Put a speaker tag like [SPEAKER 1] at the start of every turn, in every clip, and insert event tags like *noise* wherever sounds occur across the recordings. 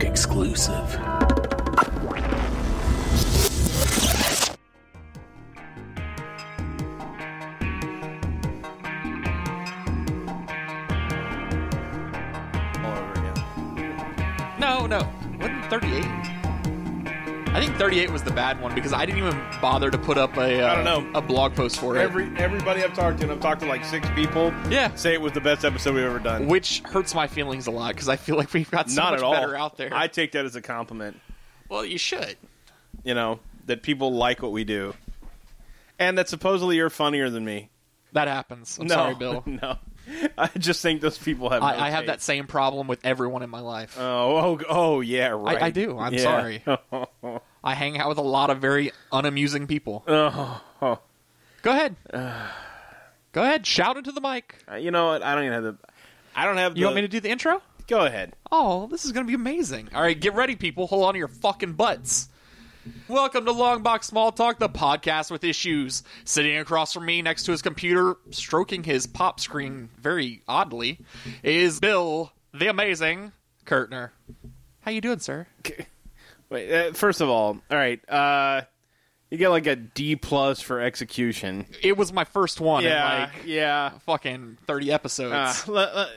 [SPEAKER 1] E
[SPEAKER 2] exclusive.
[SPEAKER 3] all over again.
[SPEAKER 4] No, no. Wasn't 38? I think 38 was the bad one because I didn't even bother to put up a uh,
[SPEAKER 3] I don't know.
[SPEAKER 4] a blog post for it.
[SPEAKER 3] Every everybody I've talked to, and I've talked to like six people,
[SPEAKER 4] Yeah.
[SPEAKER 3] say it was the best episode we've ever done.
[SPEAKER 4] which hurts my feelings a lot because I feel like we've got so
[SPEAKER 3] Not
[SPEAKER 4] much
[SPEAKER 3] at all.
[SPEAKER 4] better out there.
[SPEAKER 3] I take that as a compliment.
[SPEAKER 4] well, you should.
[SPEAKER 3] You know that people like what we do, and that supposedly you're funnier than me.
[SPEAKER 4] That happens. I'm
[SPEAKER 3] no,
[SPEAKER 4] sorry, Bill.
[SPEAKER 3] *laughs* No, I just think those people have. no
[SPEAKER 4] I, I have that
[SPEAKER 3] taste.
[SPEAKER 4] same problem with everyone in my life.
[SPEAKER 3] Oh, oh, oh, yeah, right.
[SPEAKER 4] I do. I'm
[SPEAKER 3] Yeah. *laughs* Oh,
[SPEAKER 4] sorry. I hang out with a lot of very unamusing people.
[SPEAKER 3] oh, *sighs*
[SPEAKER 4] Go ahead. Go ahead. Shout into the mic.
[SPEAKER 3] Uh, you know what? I don't even have the. I don't have.
[SPEAKER 4] You
[SPEAKER 3] the,
[SPEAKER 4] want me to do the intro?
[SPEAKER 3] Go ahead.
[SPEAKER 4] Oh, this is going to be amazing. All right, get ready, people. Hold on to your fucking butts. Welcome to Long Box Small Talk, the podcast with issues. Sitting across from me next to his computer, stroking his pop screen very oddly, is Bill the Amazing Kurtner. How you doing, sir?
[SPEAKER 3] Wait. Uh, first of all, all right. Uh, you get like a D plus for execution.
[SPEAKER 4] It was my first one in
[SPEAKER 3] Yeah.
[SPEAKER 4] like
[SPEAKER 3] yeah.
[SPEAKER 4] fucking 30 episodes.
[SPEAKER 3] Uh, let- let-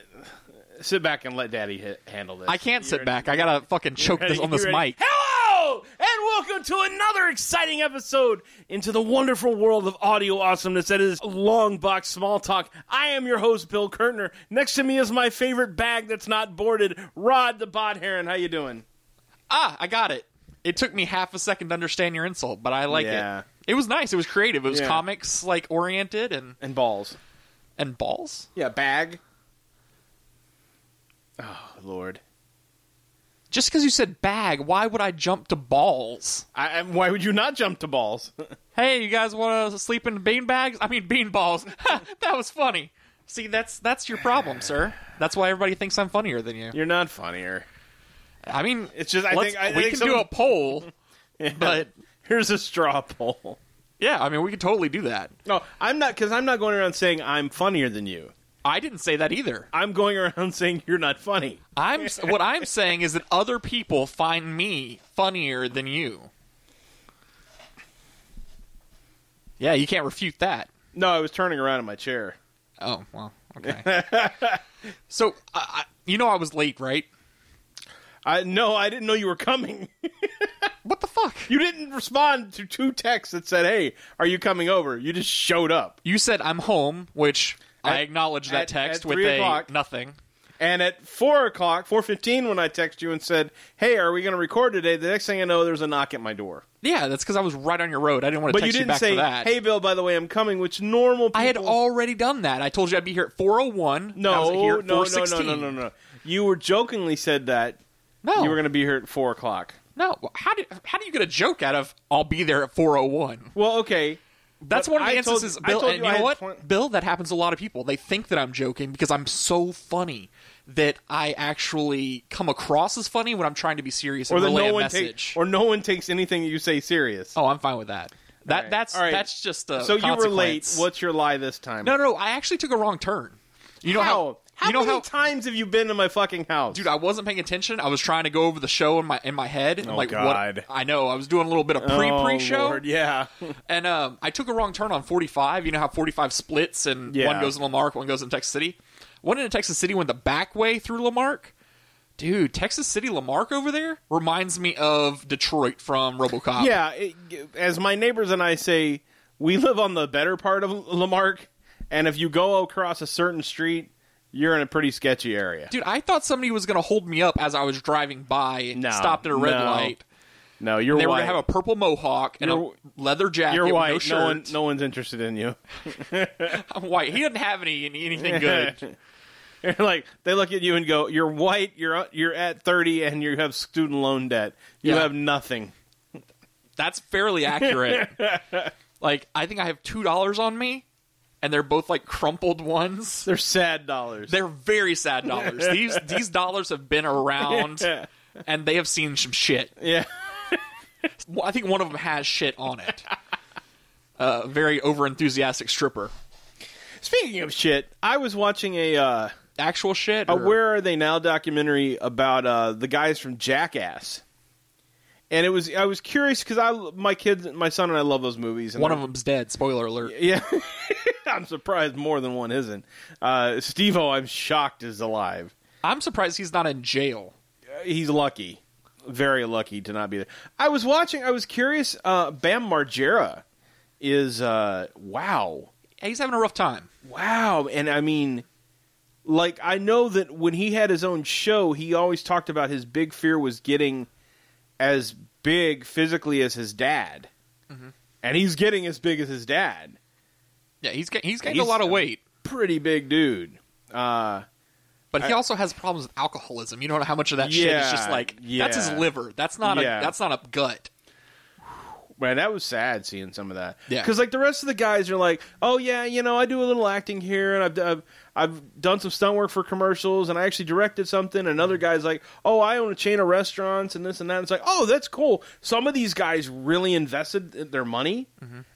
[SPEAKER 3] sit back and let Daddy hit, handle this.
[SPEAKER 4] I can't sit back. I got to fucking choke
[SPEAKER 3] ready?
[SPEAKER 4] this on
[SPEAKER 3] You
[SPEAKER 4] this
[SPEAKER 3] ready?
[SPEAKER 4] mic.
[SPEAKER 3] Hello and welcome to another exciting episode into the wonderful world of audio awesomeness that is long box small talk. I am your host Bill Kurtner. Next to me is my favorite bag that's not boarded, Rod the Bod Heron. How you doing?
[SPEAKER 4] Ah, I got it. It took me half a second to understand your insult, but I like
[SPEAKER 3] Yeah.
[SPEAKER 4] it. It was nice. It was creative. It was
[SPEAKER 3] Yeah.
[SPEAKER 4] comics like oriented and
[SPEAKER 3] And balls.
[SPEAKER 4] and balls.
[SPEAKER 3] Yeah, bag. Oh Lord.
[SPEAKER 4] Just because you said bag, why would I jump to balls?
[SPEAKER 3] I, I- why would you not jump to balls?
[SPEAKER 4] Hey, you guys want to sleep in bean bags? I mean bean balls. *laughs* Ha, that was funny. See, that's that's your problem, sir. That's why everybody thinks I'm funnier than you.
[SPEAKER 3] *laughs* You're not funnier.
[SPEAKER 4] I mean,
[SPEAKER 3] It's just I
[SPEAKER 4] let's-
[SPEAKER 3] think I
[SPEAKER 4] we
[SPEAKER 3] think
[SPEAKER 4] can do
[SPEAKER 3] someone-
[SPEAKER 4] a
[SPEAKER 3] *laughs*
[SPEAKER 4] poll, but
[SPEAKER 3] here's a straw poll.
[SPEAKER 4] yeah, I mean, we could totally do that.
[SPEAKER 3] No, I'm not because I'm not going around saying I'm funnier than you.
[SPEAKER 4] I didn't say that either.
[SPEAKER 3] I'm going around *laughs* saying you're not funny.
[SPEAKER 4] I'm what I'm saying is that other people find me funnier than you. Yeah, you can't refute that.
[SPEAKER 3] No, I was turning around in my chair.
[SPEAKER 4] Oh well,
[SPEAKER 3] *laughs*
[SPEAKER 4] okay. so I I you know I was late, right?
[SPEAKER 3] I no, I didn't know you were coming. *laughs*
[SPEAKER 4] What the fuck?
[SPEAKER 3] you didn't respond to two texts that said, "Hey, are you coming over?" You just showed up.
[SPEAKER 4] You said I'm home, which I
[SPEAKER 3] At-
[SPEAKER 4] acknowledged that
[SPEAKER 3] at-
[SPEAKER 4] text
[SPEAKER 3] at
[SPEAKER 4] with
[SPEAKER 3] three
[SPEAKER 4] a
[SPEAKER 3] o'clock.
[SPEAKER 4] nothing.
[SPEAKER 3] And at four o'clock, four fifteen, when I text you and said, "Hey, are we going to record today?" The next thing I know, there's a knock at my door.
[SPEAKER 4] Yeah, that's because I was right on your road. I didn't want to
[SPEAKER 3] But you
[SPEAKER 4] text you,
[SPEAKER 3] didn't
[SPEAKER 4] back
[SPEAKER 3] say,
[SPEAKER 4] for that.
[SPEAKER 3] "Hey, Bill, by the way, I'm coming," which normal people
[SPEAKER 4] I had already done that. I told you I'd be here at 4:01. and I was
[SPEAKER 3] no,
[SPEAKER 4] here
[SPEAKER 3] no,
[SPEAKER 4] at
[SPEAKER 3] no, no,
[SPEAKER 4] 4:16.
[SPEAKER 3] no, no, no. You were jokingly said that
[SPEAKER 4] No,
[SPEAKER 3] you were going to be here at four o'clock.
[SPEAKER 4] No, how do how do you get a joke out of "I'll be there at 401"?
[SPEAKER 3] Well, okay.
[SPEAKER 4] That's
[SPEAKER 3] But
[SPEAKER 4] one of the
[SPEAKER 3] I told-
[SPEAKER 4] instances,
[SPEAKER 3] I
[SPEAKER 4] Bill.
[SPEAKER 3] told
[SPEAKER 4] and
[SPEAKER 3] you
[SPEAKER 4] you,
[SPEAKER 3] I
[SPEAKER 4] know
[SPEAKER 3] had
[SPEAKER 4] what,
[SPEAKER 3] point-
[SPEAKER 4] Bill? That happens to a lot of people. They think that I'm joking because I'm so funny that I actually come across as funny when I'm trying to be serious
[SPEAKER 3] Or
[SPEAKER 4] and
[SPEAKER 3] that
[SPEAKER 4] relay
[SPEAKER 3] no
[SPEAKER 4] a
[SPEAKER 3] one
[SPEAKER 4] message.
[SPEAKER 3] takes, or no one takes anything you say serious.
[SPEAKER 4] oh, I'm fine with that. That
[SPEAKER 3] right.
[SPEAKER 4] that's
[SPEAKER 3] All right.
[SPEAKER 4] that's just a
[SPEAKER 3] so you were late.
[SPEAKER 4] consequence.
[SPEAKER 3] What's your lie this time?
[SPEAKER 4] No, no, no, I actually took a wrong turn. You know
[SPEAKER 3] How?
[SPEAKER 4] how?
[SPEAKER 3] How
[SPEAKER 4] you know
[SPEAKER 3] many
[SPEAKER 4] how?
[SPEAKER 3] times have you been to my fucking house,
[SPEAKER 4] Dude, I wasn't paying attention. I was trying to go over the show in my in my head. and
[SPEAKER 3] Oh,
[SPEAKER 4] like
[SPEAKER 3] God.
[SPEAKER 4] what? I know. I was doing a little bit of pre pre show.
[SPEAKER 3] Oh, yeah.
[SPEAKER 4] And um, I took a wrong turn on 45. You know how 45 splits and
[SPEAKER 3] Yeah.
[SPEAKER 4] one goes in Lamarck, one goes in Texas City? One in Texas City went the back way through Lamarck. Dude, Texas City Lamarck over there reminds me of Detroit from Robocop.
[SPEAKER 3] yeah. it- as my neighbors and I say, we live on the better part of Lamarck, and if you go across a certain street, you're in a pretty sketchy area.
[SPEAKER 4] Dude, I thought somebody was going to hold me up as I was driving by,
[SPEAKER 3] No,
[SPEAKER 4] stopped at a red
[SPEAKER 3] no.
[SPEAKER 4] light.
[SPEAKER 3] No, you're
[SPEAKER 4] They were
[SPEAKER 3] white.
[SPEAKER 4] going to have a purple mohawk and
[SPEAKER 3] You're-
[SPEAKER 4] a leather jacket
[SPEAKER 3] you're
[SPEAKER 4] with
[SPEAKER 3] white.
[SPEAKER 4] no
[SPEAKER 3] No,
[SPEAKER 4] shirt.
[SPEAKER 3] one, no one's interested in you.
[SPEAKER 4] *laughs* I'm white. He didn't have any
[SPEAKER 3] *laughs*
[SPEAKER 4] anything good.
[SPEAKER 3] You're like they look at you and go, "You're white. You're you're at 30, and you have student loan debt. You
[SPEAKER 4] Yeah.
[SPEAKER 3] have nothing."
[SPEAKER 4] That's
[SPEAKER 3] *laughs*
[SPEAKER 4] fairly accurate. like, I think I have $2 on me, and they're both like crumpled ones.
[SPEAKER 3] They're sad dollars.
[SPEAKER 4] They're very sad dollars. these these dollars have been around and they have seen some shit.
[SPEAKER 3] yeah. *laughs*
[SPEAKER 4] Well, I think one of them has shit on it. Uh, very over enthusiastic stripper.
[SPEAKER 3] Speaking of shit, I was watching a uh,
[SPEAKER 4] actual shit?
[SPEAKER 3] a
[SPEAKER 4] or-
[SPEAKER 3] Where Are They Now documentary about uh, the guys from Jackass. And it was I was curious because I my kids my son and I love those movies. And
[SPEAKER 4] one
[SPEAKER 3] I-
[SPEAKER 4] of them's dead. Spoiler alert.
[SPEAKER 3] yeah, *laughs* I'm surprised more than one isn't. Uh, Steve-O, I'm shocked is alive.
[SPEAKER 4] I'm surprised he's not in jail.
[SPEAKER 3] he's lucky, very lucky to not be there. I was watching. I was curious. Uh, Bam Margera is uh, wow,
[SPEAKER 4] He's having a rough time.
[SPEAKER 3] wow, and I mean, like I know that when he had his own show, he always talked about his big fear was getting as big physically as his dad, and he's getting as big as his dad.
[SPEAKER 4] Yeah, he's ga- he's gained
[SPEAKER 3] He's-
[SPEAKER 4] a lot of weight,
[SPEAKER 3] Pretty big dude. Uh,
[SPEAKER 4] but he also has problems with alcoholism. You know how much of that shit is just
[SPEAKER 3] Yeah,
[SPEAKER 4] like that's his
[SPEAKER 3] yeah.
[SPEAKER 4] liver. That's not
[SPEAKER 3] Yeah.
[SPEAKER 4] a that's not a gut.
[SPEAKER 3] Man, that was sad seeing some of that.
[SPEAKER 4] Yeah.
[SPEAKER 3] Because like the rest of the guys are like, oh yeah, you know, I do a little acting here, and I've I've, I've done some stunt work for commercials, and I actually directed something. And other guys like, oh, I own a chain of restaurants and this and that. And it's like, oh, that's cool. Some of these guys really invested their money,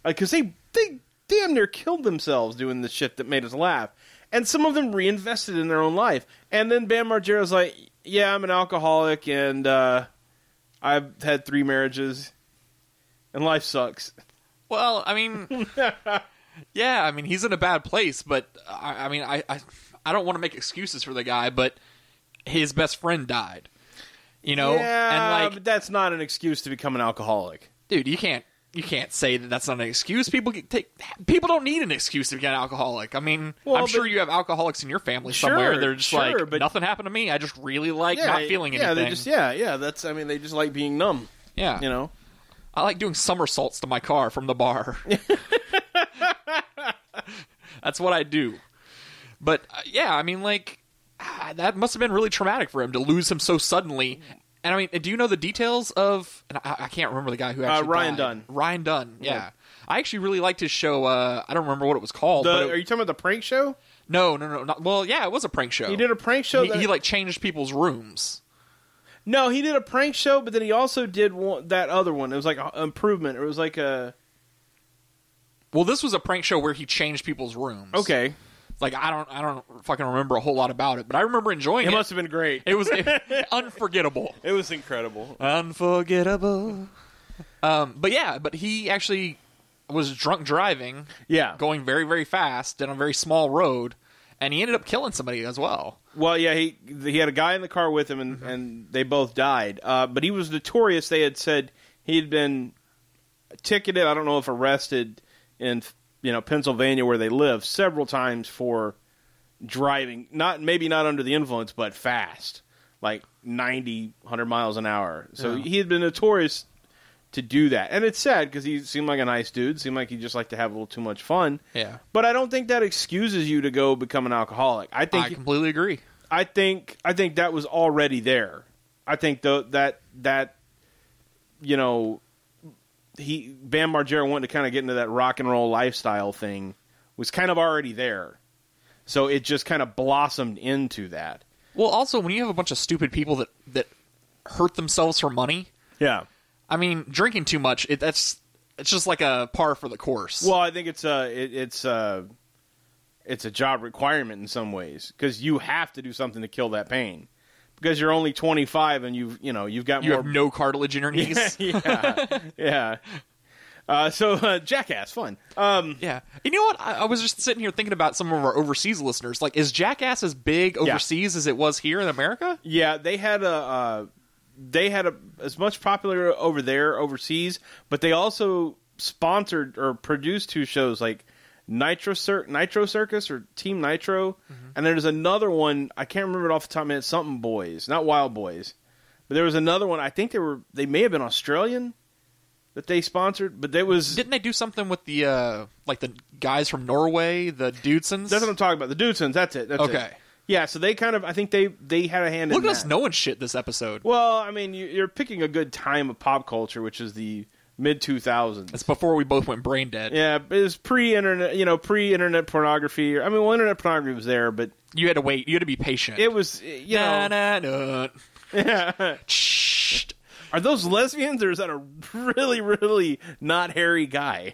[SPEAKER 3] because they they damn near killed themselves doing the shit that made us laugh. And some of them reinvested in their own life. And then Bam Margera's like, yeah, I'm an alcoholic, and uh, I've had three marriages and life sucks.
[SPEAKER 4] Well,
[SPEAKER 3] *laughs*
[SPEAKER 4] I mean, yeah, I mean he's in a bad place, but I, I mean I, I I don't want to make excuses for the guy, but his best friend died. You know,
[SPEAKER 3] yeah,
[SPEAKER 4] and like
[SPEAKER 3] but that's not an excuse to become an alcoholic.
[SPEAKER 4] dude, you can't you can't say that that's not an excuse. People get, take people don't need an excuse to get an alcoholic. I mean,
[SPEAKER 3] Well,
[SPEAKER 4] I'm
[SPEAKER 3] but-
[SPEAKER 4] sure you have alcoholics in your family
[SPEAKER 3] Sure,
[SPEAKER 4] somewhere. They're just
[SPEAKER 3] sure,
[SPEAKER 4] like
[SPEAKER 3] but-
[SPEAKER 4] nothing happened to me. I just really like
[SPEAKER 3] Yeah,
[SPEAKER 4] not feeling
[SPEAKER 3] yeah,
[SPEAKER 4] anything. Ah.
[SPEAKER 3] they just yeah, yeah. That's I mean, they just like being numb.
[SPEAKER 4] yeah,
[SPEAKER 3] You know,
[SPEAKER 4] I like doing somersaults to my car from
[SPEAKER 3] *laughs*
[SPEAKER 4] the bar. That's what I do. But uh, yeah, I mean, like ah, that must have been really traumatic for him to lose him so suddenly. And I mean, do you know the details of? And I, I can't remember the guy who actually
[SPEAKER 3] Uh, Ryan
[SPEAKER 4] died.
[SPEAKER 3] Dunn.
[SPEAKER 4] Ryan Dunn. Yeah.
[SPEAKER 3] Yeah.
[SPEAKER 4] I actually really liked his show. Uh, I don't remember what it was called. but
[SPEAKER 3] the,
[SPEAKER 4] it-
[SPEAKER 3] are you talking about the prank show?
[SPEAKER 4] no, no, no. Not, well, yeah, it was a prank show.
[SPEAKER 3] He did a prank show.
[SPEAKER 4] Oh. He,
[SPEAKER 3] that,
[SPEAKER 4] he, like changed people's rooms.
[SPEAKER 3] no, he did a prank show, but then he also did one, that other one. It was like a, improvement. It was like a
[SPEAKER 4] Well, this was a prank show where he changed people's rooms.
[SPEAKER 3] okay.
[SPEAKER 4] Like I don't, I don't fucking remember a whole lot about it, but I remember enjoying
[SPEAKER 3] It
[SPEAKER 4] it.
[SPEAKER 3] must have been great.
[SPEAKER 4] It was unforgettable.
[SPEAKER 3] It was incredible.
[SPEAKER 4] Unforgettable. Um, but yeah, but he actually was drunk driving,
[SPEAKER 3] Yeah.
[SPEAKER 4] going very, very fast down a very small road, and he ended up killing somebody as well.
[SPEAKER 3] Well, yeah, he he had a guy in the car with him, and,
[SPEAKER 4] Mm-hmm.
[SPEAKER 3] and they both died. Uh, but he was notorious. They had said he had been ticketed. I don't know if arrested in you know Pennsylvania where they live several times for driving. Not maybe not under the influence, but fast, like 90, 100 miles an hour. So
[SPEAKER 4] Yeah.
[SPEAKER 3] he had been notorious to do that, and it's sad because he seemed like a nice dude. Seemed like he just liked to have a little too much fun.
[SPEAKER 4] Yeah,
[SPEAKER 3] But I don't think that excuses you to go become an alcoholic. I think
[SPEAKER 4] I completely agree.
[SPEAKER 3] I think I think that was already there. I think the, that that you know he Bam Margera wanted to kind of get into that rock and roll lifestyle thing was kind of already there. So it just kind of blossomed into that.
[SPEAKER 4] Well, also when you have a bunch of stupid people that that hurt themselves for money,
[SPEAKER 3] Yeah.
[SPEAKER 4] I mean, drinking too much, it, that's it's just like a par for the course.
[SPEAKER 3] Well, I think it's a it, it's a it's a job requirement in some ways because you have to do something to kill that pain because you're only 25 and you've you know you've got
[SPEAKER 4] you
[SPEAKER 3] more
[SPEAKER 4] have no cartilage in your knees. *laughs*
[SPEAKER 3] yeah, yeah. Uh, so uh, Jackass, fun. Um,
[SPEAKER 4] Yeah. And you know what? I, I was just sitting here thinking about some of our overseas listeners. Like, is Jackass as big overseas as it was here in America?
[SPEAKER 3] yeah, they had a uh, they had a as much popular over there overseas, but they also sponsored or produced two shows like Nitro Cir- Nitro Circus or Team Nitro,
[SPEAKER 4] Mm-hmm.
[SPEAKER 3] and there's another one I can't remember it off the top of my head. Something Boys, not Wild Boys, but there was another one. I think they were they may have been Australian that they sponsored, but that was
[SPEAKER 4] Didn't they do something with the, uh, like the guys from Norway, the Dudesons?
[SPEAKER 3] That's what I'm talking about. The Dudesons. That's it. That's it.
[SPEAKER 4] Okay.
[SPEAKER 3] Yeah. So they kind of. I think they they had a hand
[SPEAKER 4] Look
[SPEAKER 3] in
[SPEAKER 4] at us
[SPEAKER 3] that.
[SPEAKER 4] knowing shit this episode.
[SPEAKER 3] well, I mean, you, you're picking a good time of pop culture, which is the mid 2000s.
[SPEAKER 4] That's before we both went brain dead.
[SPEAKER 3] Yeah, but it was pre-internet. You know, pre-internet pornography. Or, I mean, well, internet pornography was there, but
[SPEAKER 4] You had to wait. You had to be patient.
[SPEAKER 3] it was. You know,
[SPEAKER 4] Na-na-na. Shh.
[SPEAKER 3] *laughs* are those lesbians or is that a really, really not hairy guy?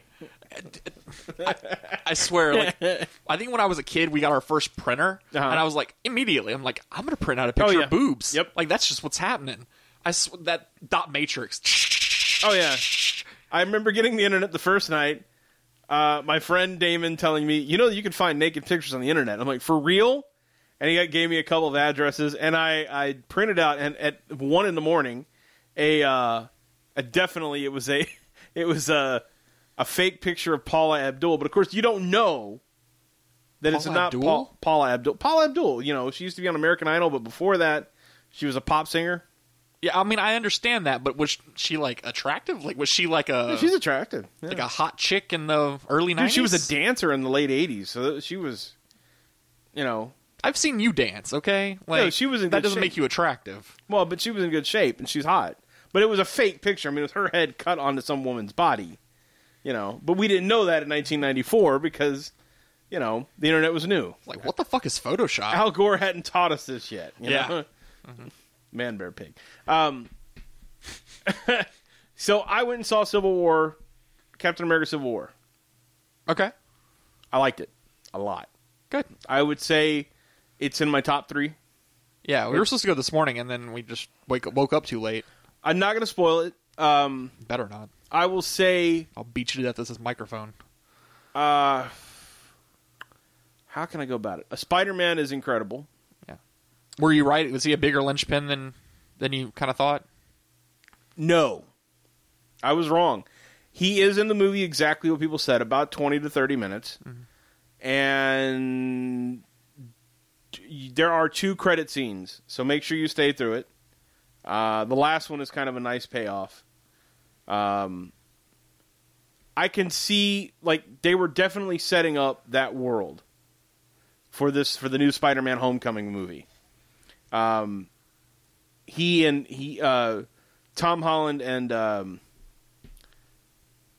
[SPEAKER 4] I swear, like
[SPEAKER 3] *laughs*
[SPEAKER 4] I think when I was a kid, we got our first printer,
[SPEAKER 3] Uh-huh. Oh,
[SPEAKER 4] and I was like, immediately, I'm like, I'm gonna print out a picture
[SPEAKER 3] yeah.
[SPEAKER 4] of boobs.
[SPEAKER 3] Yep.
[SPEAKER 4] like that's just what's happening. I sw- that dot matrix.
[SPEAKER 3] Oh yeah. I remember getting the internet the first night. Uh, my friend Damon telling me, you know, you can find naked pictures on the internet. I'm like, for real? And he got- gave me a couple of addresses, and I, I printed out and at one in the morning, a, uh, a definitely it was a *laughs* it was a a fake picture of Paula Abdul, but of course you don't know that it's
[SPEAKER 4] Paula
[SPEAKER 3] not
[SPEAKER 4] Abdul?
[SPEAKER 3] Paul, Paula Abdul. Paula Abdul, you know, she used to be on American Idol, but before that, she was a pop singer.
[SPEAKER 4] Yeah, I mean, I understand that, but was she like attractive? Like, was she like a
[SPEAKER 3] She's attractive. Yeah.
[SPEAKER 4] like a hot chick in the early
[SPEAKER 3] Dude,
[SPEAKER 4] nineties?
[SPEAKER 3] she was a dancer in the late '80s, so she was, you know,
[SPEAKER 4] I've seen you dance. Okay, like
[SPEAKER 3] No, she was in
[SPEAKER 4] that
[SPEAKER 3] good
[SPEAKER 4] doesn't
[SPEAKER 3] shape.
[SPEAKER 4] make you attractive.
[SPEAKER 3] well, but she was in good shape and she's hot. But it was a fake picture. I mean, it was her head cut onto some woman's body, you know. But we didn't know that in 1994 because, you know, the internet was new.
[SPEAKER 4] Like, what the fuck is Photoshop?
[SPEAKER 3] Al Gore hadn't taught us this yet. you
[SPEAKER 4] Yeah.
[SPEAKER 3] know? man, bear, pig. Um, *laughs* so I went and saw Civil War, Captain America: Civil War.
[SPEAKER 4] okay,
[SPEAKER 3] I liked it a lot.
[SPEAKER 4] good.
[SPEAKER 3] I would say it's in my top three.
[SPEAKER 4] Yeah, we were supposed to go this morning, and then we just wake woke up too late.
[SPEAKER 3] I'm not going to spoil it. Um,
[SPEAKER 4] Better not.
[SPEAKER 3] I will say,
[SPEAKER 4] I'll beat you to death with this microphone.
[SPEAKER 3] uh, how can I go about it? A Spider-Man is incredible.
[SPEAKER 4] Were you right? Was he a bigger linchpin than than you kind of thought?
[SPEAKER 3] No, I was wrong. He is in the movie exactly what people said, about twenty to thirty minutes, and t- there are two credit scenes, so make sure you stay through it. Uh, the last one is kind of a nice payoff. Um, I can see like they were definitely setting up that world for this for the new Spider-Man Homecoming movie. Um, he and he uh, Tom Holland and um,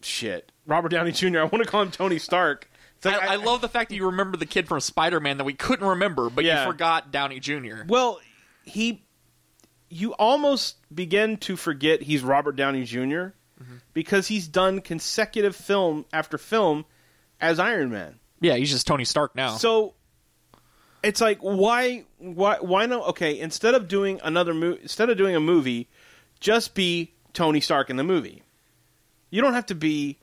[SPEAKER 3] shit Robert Downey Jr. I want to call him Tony Stark. It's like,
[SPEAKER 4] I, I love the fact that you remember the kid from Spider Man that we couldn't remember, but
[SPEAKER 3] Yeah.
[SPEAKER 4] you forgot Downey Jr.
[SPEAKER 3] Well, he, you almost begin to forget he's Robert Downey junior because he's done consecutive film after film as Iron Man.
[SPEAKER 4] Yeah, he's just Tony Stark now.
[SPEAKER 3] So it's like why why why not? Okay, instead of doing another movie, instead of doing a movie, just be Tony Stark in the movie. You don't have to be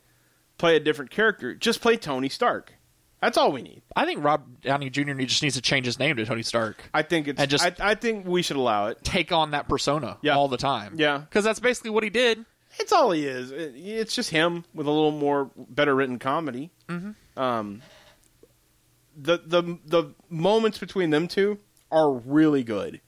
[SPEAKER 3] play a different character. Just play Tony Stark. That's all we need.
[SPEAKER 4] I think Rob Downey Jr. just needs to change his name to Tony Stark.
[SPEAKER 3] I think it's.
[SPEAKER 4] And just-
[SPEAKER 3] I, I think we should allow it.
[SPEAKER 4] Take on that persona
[SPEAKER 3] Yeah.
[SPEAKER 4] all the time.
[SPEAKER 3] Yeah.
[SPEAKER 4] because that's basically what he did.
[SPEAKER 3] It's all he is. It- It's just him with a little more better written comedy. Mm-hmm. Um, the the the moments between them two are really good.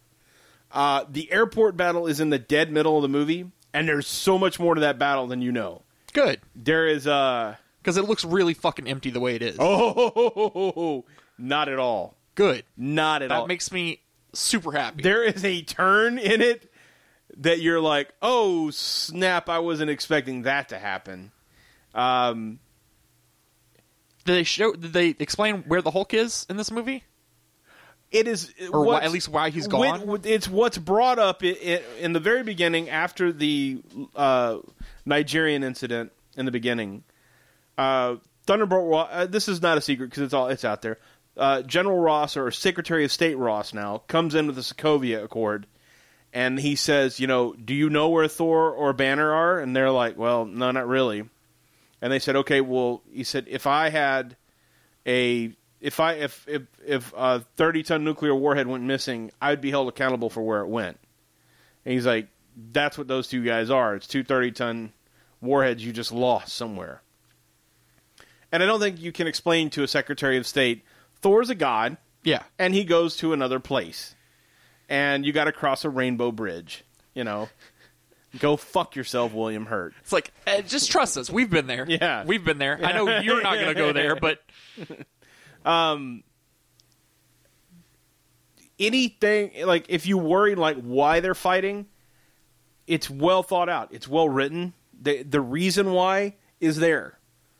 [SPEAKER 3] Uh, the airport battle is in the dead middle of the movie, and there's so much more to that battle than you know.
[SPEAKER 4] Good,
[SPEAKER 3] There is uh
[SPEAKER 4] because it looks really fucking empty the way it is.
[SPEAKER 3] oh not at all,
[SPEAKER 4] good.
[SPEAKER 3] not at all.
[SPEAKER 4] That makes me super happy.
[SPEAKER 3] there is a turn in it that you're like, oh snap! I wasn't expecting that to happen. Um,
[SPEAKER 4] Did they show? Did they explain where the Hulk is in this movie?
[SPEAKER 3] it is
[SPEAKER 4] Or why,
[SPEAKER 3] what's-
[SPEAKER 4] at least why he's
[SPEAKER 3] Wait,
[SPEAKER 4] gone?
[SPEAKER 3] w- it's what's brought up i i in the very beginning after the uh, Nigerian incident in the beginning. Uh, Thunderbolt. Ro- uh, this is not a secret because it's all it's out there. Uh, General Ross or Secretary of State Ross now comes in with the Sokovia Accord, and he says, "You know, do you know where Thor or Banner are?" And they're like, "Well, no, not really." And they said, "Okay, well," he said, "If I had." a if I if if if a thirty ton nuclear warhead went missing, I'd be held accountable for where it went. And he's like, that's what those two guys are. It's two 30 ton warheads you just lost somewhere. And I don't think you can explain to a Secretary of State, Thor's a god,
[SPEAKER 4] yeah,
[SPEAKER 3] and he goes to another place, and you got to cross a rainbow bridge. You know, go fuck yourself, William Hurt.
[SPEAKER 4] it's like eh, just trust us. We've been there.
[SPEAKER 3] Yeah.
[SPEAKER 4] we've been there. I know you're not
[SPEAKER 3] *laughs*
[SPEAKER 4] gonna go there, but
[SPEAKER 3] anything like if you worry like why they're fighting, it's well thought out. It's well written. The the reason why is there.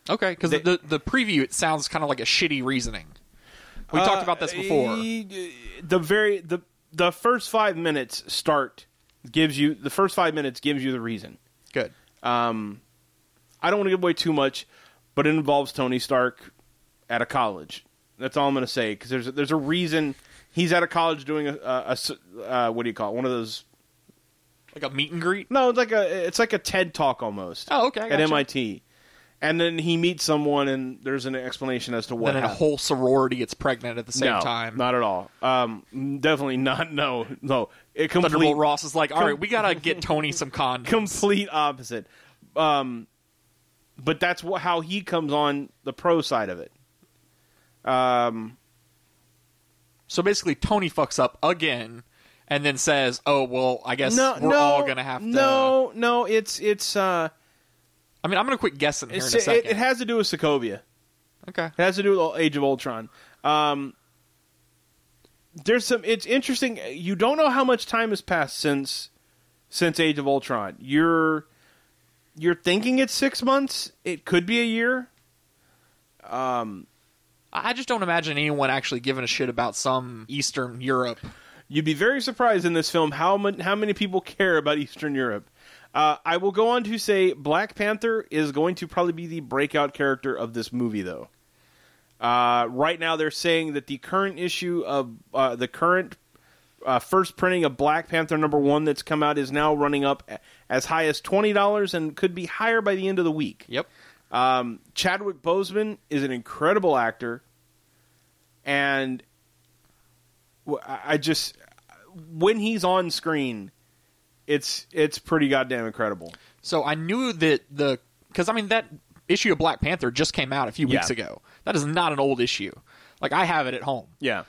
[SPEAKER 4] okay, because
[SPEAKER 3] They-
[SPEAKER 4] the the preview it sounds kind of like a shitty reasoning. We
[SPEAKER 3] Uh,
[SPEAKER 4] talked about this before.
[SPEAKER 3] The very the the first five minutes start gives you the first five minutes gives you the reason.
[SPEAKER 4] Good.
[SPEAKER 3] Um, I don't want to give away too much, but it involves Tony Stark at a college. That's all I'm going to say because there's there's a reason he's at a college doing a, a- a s- uh, what do you call it? One of those
[SPEAKER 4] Like a meet and greet?
[SPEAKER 3] no, it's like a it's like a TED talk almost.
[SPEAKER 4] Oh, okay. I
[SPEAKER 3] at
[SPEAKER 4] gotcha.
[SPEAKER 3] MIT, and then he meets someone, and there's an explanation as to what
[SPEAKER 4] Then a
[SPEAKER 3] happened.
[SPEAKER 4] whole sorority gets pregnant at the same
[SPEAKER 3] no,
[SPEAKER 4] time.
[SPEAKER 3] Not at all. Um, definitely not. No, no. It
[SPEAKER 4] Thunderbolt
[SPEAKER 3] complete
[SPEAKER 4] Ross is like, all right, we
[SPEAKER 3] *laughs*
[SPEAKER 4] gotta get Tony some condoms.
[SPEAKER 3] complete opposite. Um, but that's wh- how he comes on the pro side of it. Um,
[SPEAKER 4] So basically, Tony fucks up again, and then says, "Oh well, I guess
[SPEAKER 3] no,
[SPEAKER 4] we're
[SPEAKER 3] no,
[SPEAKER 4] all gonna have to."
[SPEAKER 3] No, no. It's it's uh,
[SPEAKER 4] I mean, I'm gonna quit guessing here
[SPEAKER 3] it's,
[SPEAKER 4] in a
[SPEAKER 3] it,
[SPEAKER 4] second.
[SPEAKER 3] it has to do with Sokovia.
[SPEAKER 4] okay,
[SPEAKER 3] It has to do with Age of Ultron. Um, there's some. It's interesting. You don't know how much time has passed since since Age of Ultron. You're you're thinking it's six months. It could be a year.
[SPEAKER 4] I I just don't imagine anyone actually giving a shit about some Eastern Europe.
[SPEAKER 3] You'd be very surprised in this film how mon- how many people care about Eastern Europe. Uh, I will go on to say Black Panther is going to probably be the breakout character of this movie, though. Uh, right now, they're saying that the current issue of uh, the current uh, first printing of Black Panther number one that's come out is now running up a- as high as twenty dollars and could be higher by the end of the week.
[SPEAKER 4] Yep.
[SPEAKER 3] Um, Chadwick Boseman is an incredible actor, and w- I I just when he's on screen, it's it's pretty goddamn incredible.
[SPEAKER 4] So I knew that the because I mean that issue of Black Panther just came out a few weeks
[SPEAKER 3] Yeah.
[SPEAKER 4] ago. That is not an old issue. Like I have it at home.
[SPEAKER 3] Yeah,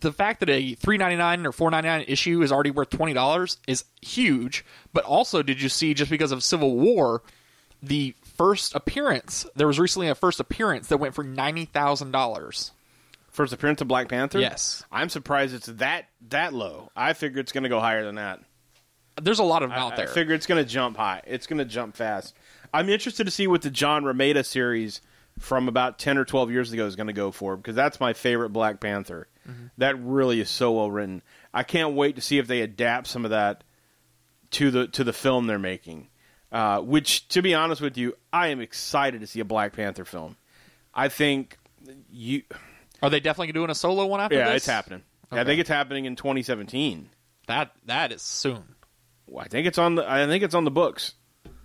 [SPEAKER 4] the fact that a three ninety nine or four ninety nine issue is already worth twenty dollars is huge. But also, did you see just because of Civil War, the first appearance there was recently a first appearance that went for ninety thousand dollars.
[SPEAKER 3] first appearance of Black Panther.
[SPEAKER 4] Yes.
[SPEAKER 3] I'm surprised it's that that low. I figure it's going to go higher than that.
[SPEAKER 4] There's a lot of them out
[SPEAKER 3] I
[SPEAKER 4] there.
[SPEAKER 3] figure it's going to jump high. It's going to jump fast. I'm interested to see what the John Romita series from about 10 or 12 years ago is going to go for because that's my favorite Black Panther.
[SPEAKER 4] Mm-hmm.
[SPEAKER 3] That really is so well written. I can't wait to see if they adapt some of that to the to the film they're making. Uh, which, to be honest with you, I am excited to see a Black Panther film. I think you,
[SPEAKER 4] Are they definitely doing a solo one after
[SPEAKER 3] yeah,
[SPEAKER 4] this?
[SPEAKER 3] it's happening. I
[SPEAKER 4] Okay.
[SPEAKER 3] think it's happening in 2017.
[SPEAKER 4] That that is soon.
[SPEAKER 3] Well, I think it's on the. I think it's on the books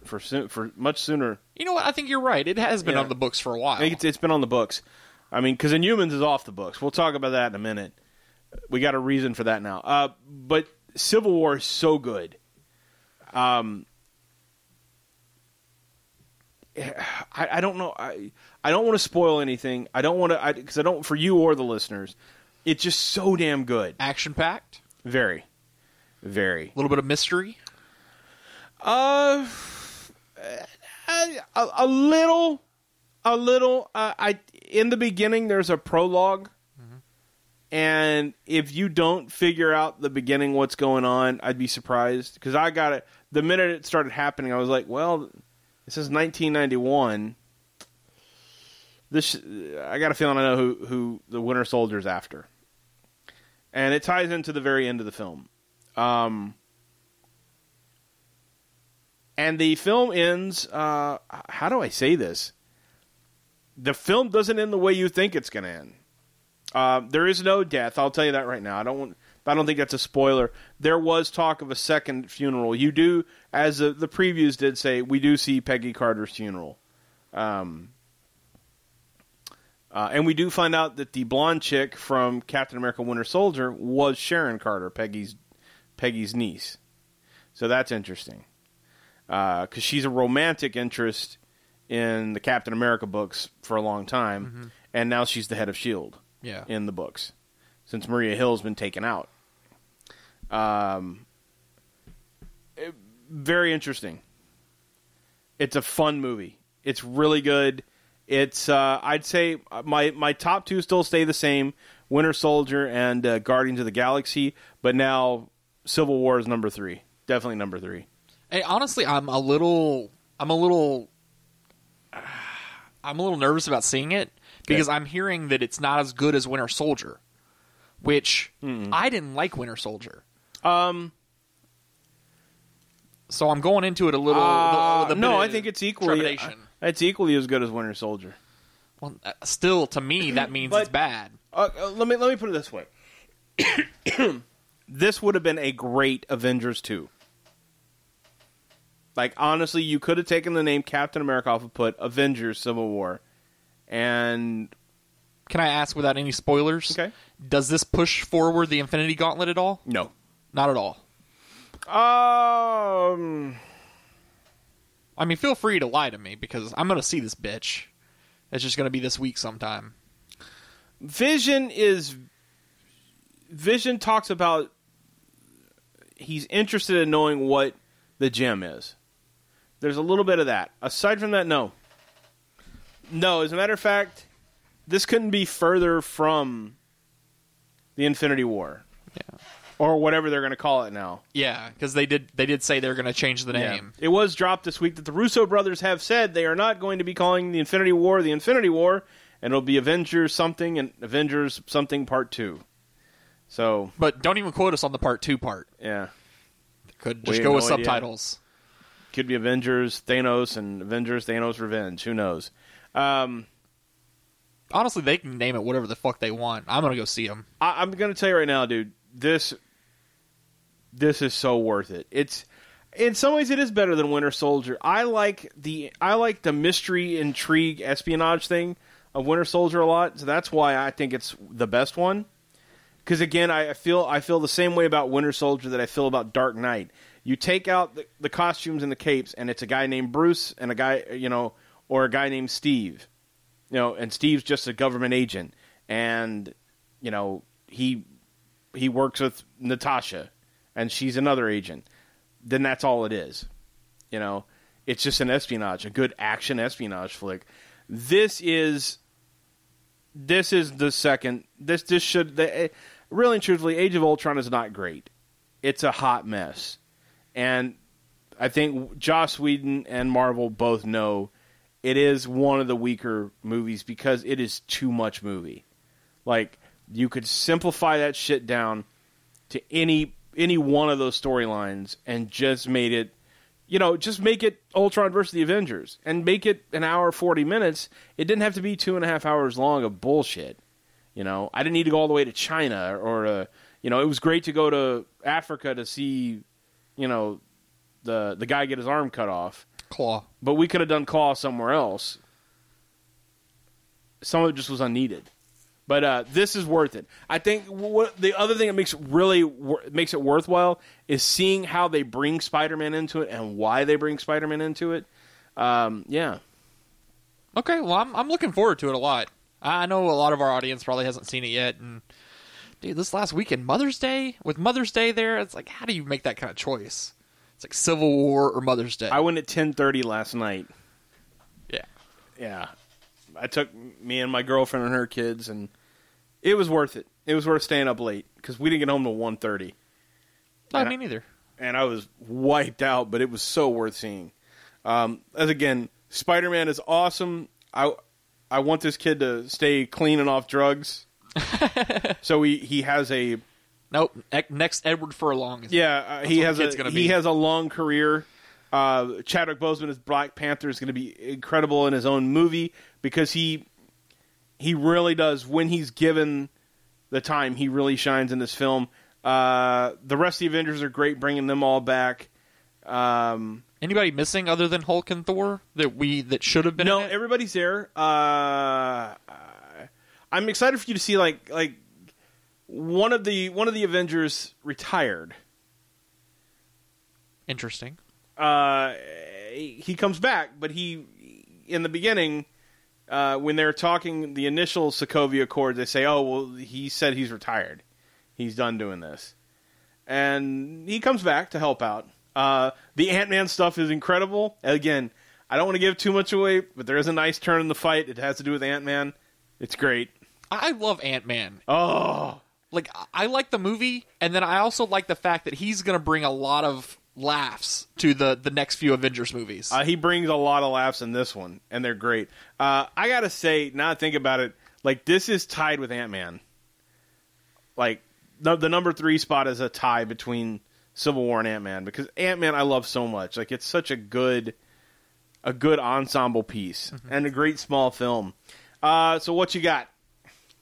[SPEAKER 3] for soon, for much sooner.
[SPEAKER 4] You know what? I think you're right. It has been
[SPEAKER 3] Yeah.
[SPEAKER 4] on the books for a while.
[SPEAKER 3] I think it's, it's been on the books. I mean, because Inhumans is off the books. We'll talk about that in a minute. We got a reason for that now. Uh, but Civil War is so good. Um, I, I don't know. I I don't want to spoil anything. I don't want to because I don't for you or the listeners. It's just so damn good.
[SPEAKER 4] Action packed,
[SPEAKER 3] Very, very.
[SPEAKER 4] a little bit of mystery.
[SPEAKER 3] Uh, a, a little, a little. Uh, I in the beginning there's a prolog and if you don't figure out the beginning what's going on, I'd be surprised because I got it the minute it started happening. I was like, well, this is 1991. This I got a feeling I know who who the Winter Soldier's after, and it ties into the very end of the film. Um, and the film ends. Uh, h- how do I say this? The film doesn't end the way you think it's going to end. Uh, there is no death. I'll tell you that right now. I don't want. I don't think that's a spoiler. There was talk of a second funeral. You do, as the, the previews did say, we do see Peggy Carter's funeral, um, uh, and we do find out that the blonde chick from Captain America: Winter Soldier was Sharon Carter, Peggy's Peggy's niece. So that's interesting because Uh, she's a romantic interest in the Captain America books for a long time, and now she's the head of Shield
[SPEAKER 4] Yeah.
[SPEAKER 3] E in the books since Maria Hill's been taken out. Um, it- very interesting. It's a fun movie. It's really good. It's uh, I'd say my my top two still stay the same: Winter Soldier and uh, Guardians of the Galaxy. But now Civil War is number three, definitely number three.
[SPEAKER 4] Hey, honestly, I'm a little, I'm a little, I'm a little nervous about seeing it because I'm hearing that it's not as good as Winter Soldier, which I didn't like Winter Soldier.
[SPEAKER 3] Um,
[SPEAKER 4] So I'm going into it a little.
[SPEAKER 3] Uh,
[SPEAKER 4] with a bit
[SPEAKER 3] no,
[SPEAKER 4] of
[SPEAKER 3] Uh, I think it's equally-
[SPEAKER 4] trepidation.
[SPEAKER 3] That's equally as good as Winter Soldier.
[SPEAKER 4] Well, uh, still, to
[SPEAKER 3] *laughs*
[SPEAKER 4] me, that means it's
[SPEAKER 3] But-
[SPEAKER 4] bad.
[SPEAKER 3] Uh, uh, let me let me put it this way. *coughs* this would have been a great Avengers two. Like honestly, you could have taken the name Captain America off and put Avengers Civil War, and
[SPEAKER 4] Can I ask without any spoilers?
[SPEAKER 3] Okay.
[SPEAKER 4] Does this push forward the Infinity Gauntlet at all?
[SPEAKER 3] no,
[SPEAKER 4] Not at all.
[SPEAKER 3] um,
[SPEAKER 4] I mean, feel free to lie to me because I'm going to see this bitch. It's just going to be this week sometime.
[SPEAKER 3] Vision is Vision talks about he's interested in knowing what the gem is. There's a little bit of that. Aside from that, no. No, as a matter of fact, this couldn't be further from the Infinity War.
[SPEAKER 4] Yeah.
[SPEAKER 3] Or whatever they're going to call it now.
[SPEAKER 4] Yeah, because they did they did say they're going to change the name.
[SPEAKER 3] It was dropped this week that the Russo brothers have said they are not going to be calling the Infinity War the Infinity War, and it'll be Avengers something and Avengers something Part Two. So
[SPEAKER 4] But don't even quote us on the part two part.
[SPEAKER 3] yeah,
[SPEAKER 4] Could
[SPEAKER 3] We
[SPEAKER 4] just
[SPEAKER 3] have
[SPEAKER 4] go with
[SPEAKER 3] no idea.
[SPEAKER 4] subtitles.
[SPEAKER 3] could be Avengers Thanos and Avengers Thanos Revenge. Who knows? Um,
[SPEAKER 4] Honestly, they can name it whatever the fuck they want. I'm going to go see them.
[SPEAKER 3] I, I'm going to tell you right now, dude. This this is so worth it. It's in some ways it is better than Winter Soldier. I like the I like the mystery, intrigue, espionage thing of Winter Soldier a lot. So that's why I think it's the best one. Because again, I I feel I feel the same way about Winter Soldier that I feel about Dark Knight. You take out the, the costumes and the capes, and it's a guy named Bruce and a guy you know, or a guy named Steve, you know, and Steve's just a government agent, and you know he he works with Natasha, and she's another agent. Then that's all it is. You know, it's just an espionage, a good action espionage flick. This is this is the second. This this should the, eh, really and truthfully, Age of Ultron is not great. It's a hot mess, and I think Joss Whedon and Marvel both know it is one of the weaker movies because it is too much movie. Like you could simplify that shit down to any any one of those storylines and just made it you know, just make it Ultron versus the Avengers and make it an hour forty minutes. It didn't have to be two and a half hours long of bullshit. You know, I didn't need to go all the way to China or uh, you know, it was great to go to Africa to see, you know, the the guy get his arm cut off
[SPEAKER 4] Claw.
[SPEAKER 3] but we could have done Claw somewhere else. Some of it just was unneeded, but uh, this is worth it. I think what, the other thing that makes it really wor- makes it worthwhile is seeing how they bring Spider-Man into it and why they bring Spider-Man into it. Um, yeah,
[SPEAKER 4] Okay, well, I'm, I'm looking forward to it a lot. I I know a lot of our audience probably hasn't seen it yet, and dude, this last weekend, Mother's Day with Mother's Day there, it's like, how do you make that kind of choice? It's like Civil War or Mother's Day.
[SPEAKER 3] I went at ten thirty last night.
[SPEAKER 4] yeah,
[SPEAKER 3] Yeah, I took me and my girlfriend and her kids, and it was worth it. It was worth staying up late because we didn't get home till one thirty.
[SPEAKER 4] not me neither.
[SPEAKER 3] and I was wiped out, but it was so worth seeing. Um, as again, Spider Man is awesome. I I want this kid to stay clean and off drugs. so he, he has a
[SPEAKER 4] Nope. Ec- Next, Edward Furlong. Is
[SPEAKER 3] yeah uh, he
[SPEAKER 4] what
[SPEAKER 3] has
[SPEAKER 4] the kid's
[SPEAKER 3] a
[SPEAKER 4] gonna
[SPEAKER 3] he
[SPEAKER 4] be.
[SPEAKER 3] has a long career. Uh, Chadwick Boseman as Black Panther is going to be incredible in his own movie because he he really does when he's given the time he really shines in this film. Uh, the rest of the Avengers are great, bringing them all back. Um,
[SPEAKER 4] Anybody missing other than Hulk and Thor that we that should have been?
[SPEAKER 3] No,
[SPEAKER 4] in it?
[SPEAKER 3] everybody's there. Uh, I'm excited for you to see like like one of the one of the Avengers retired.
[SPEAKER 4] interesting.
[SPEAKER 3] Uh, he comes back, but he in the beginning uh, when they're talking the initial Sokovia Accord, they say, "Oh, well, he said he's retired. He's done doing this," and he comes back to help out. Uh, the Ant Man stuff is incredible. Again, I don't want to give too much away, but there is a nice turn in the fight. It has to do with Ant Man. It's great.
[SPEAKER 4] I I love Ant Man.
[SPEAKER 3] Oh,
[SPEAKER 4] Like I- I like the movie, and then I also like the fact that he's gonna bring a lot of laughs to the the next few Avengers movies.
[SPEAKER 3] Uh, he brings a lot of laughs in this one, and they're great. Uh, I gotta say, now I think about it, like this is tied with Ant Man. Like the, the number three spot is a tie between Civil War and Ant Man because Ant Man I love so much. Like it's such a good. a good ensemble piece and a great small film. Uh, so what you got?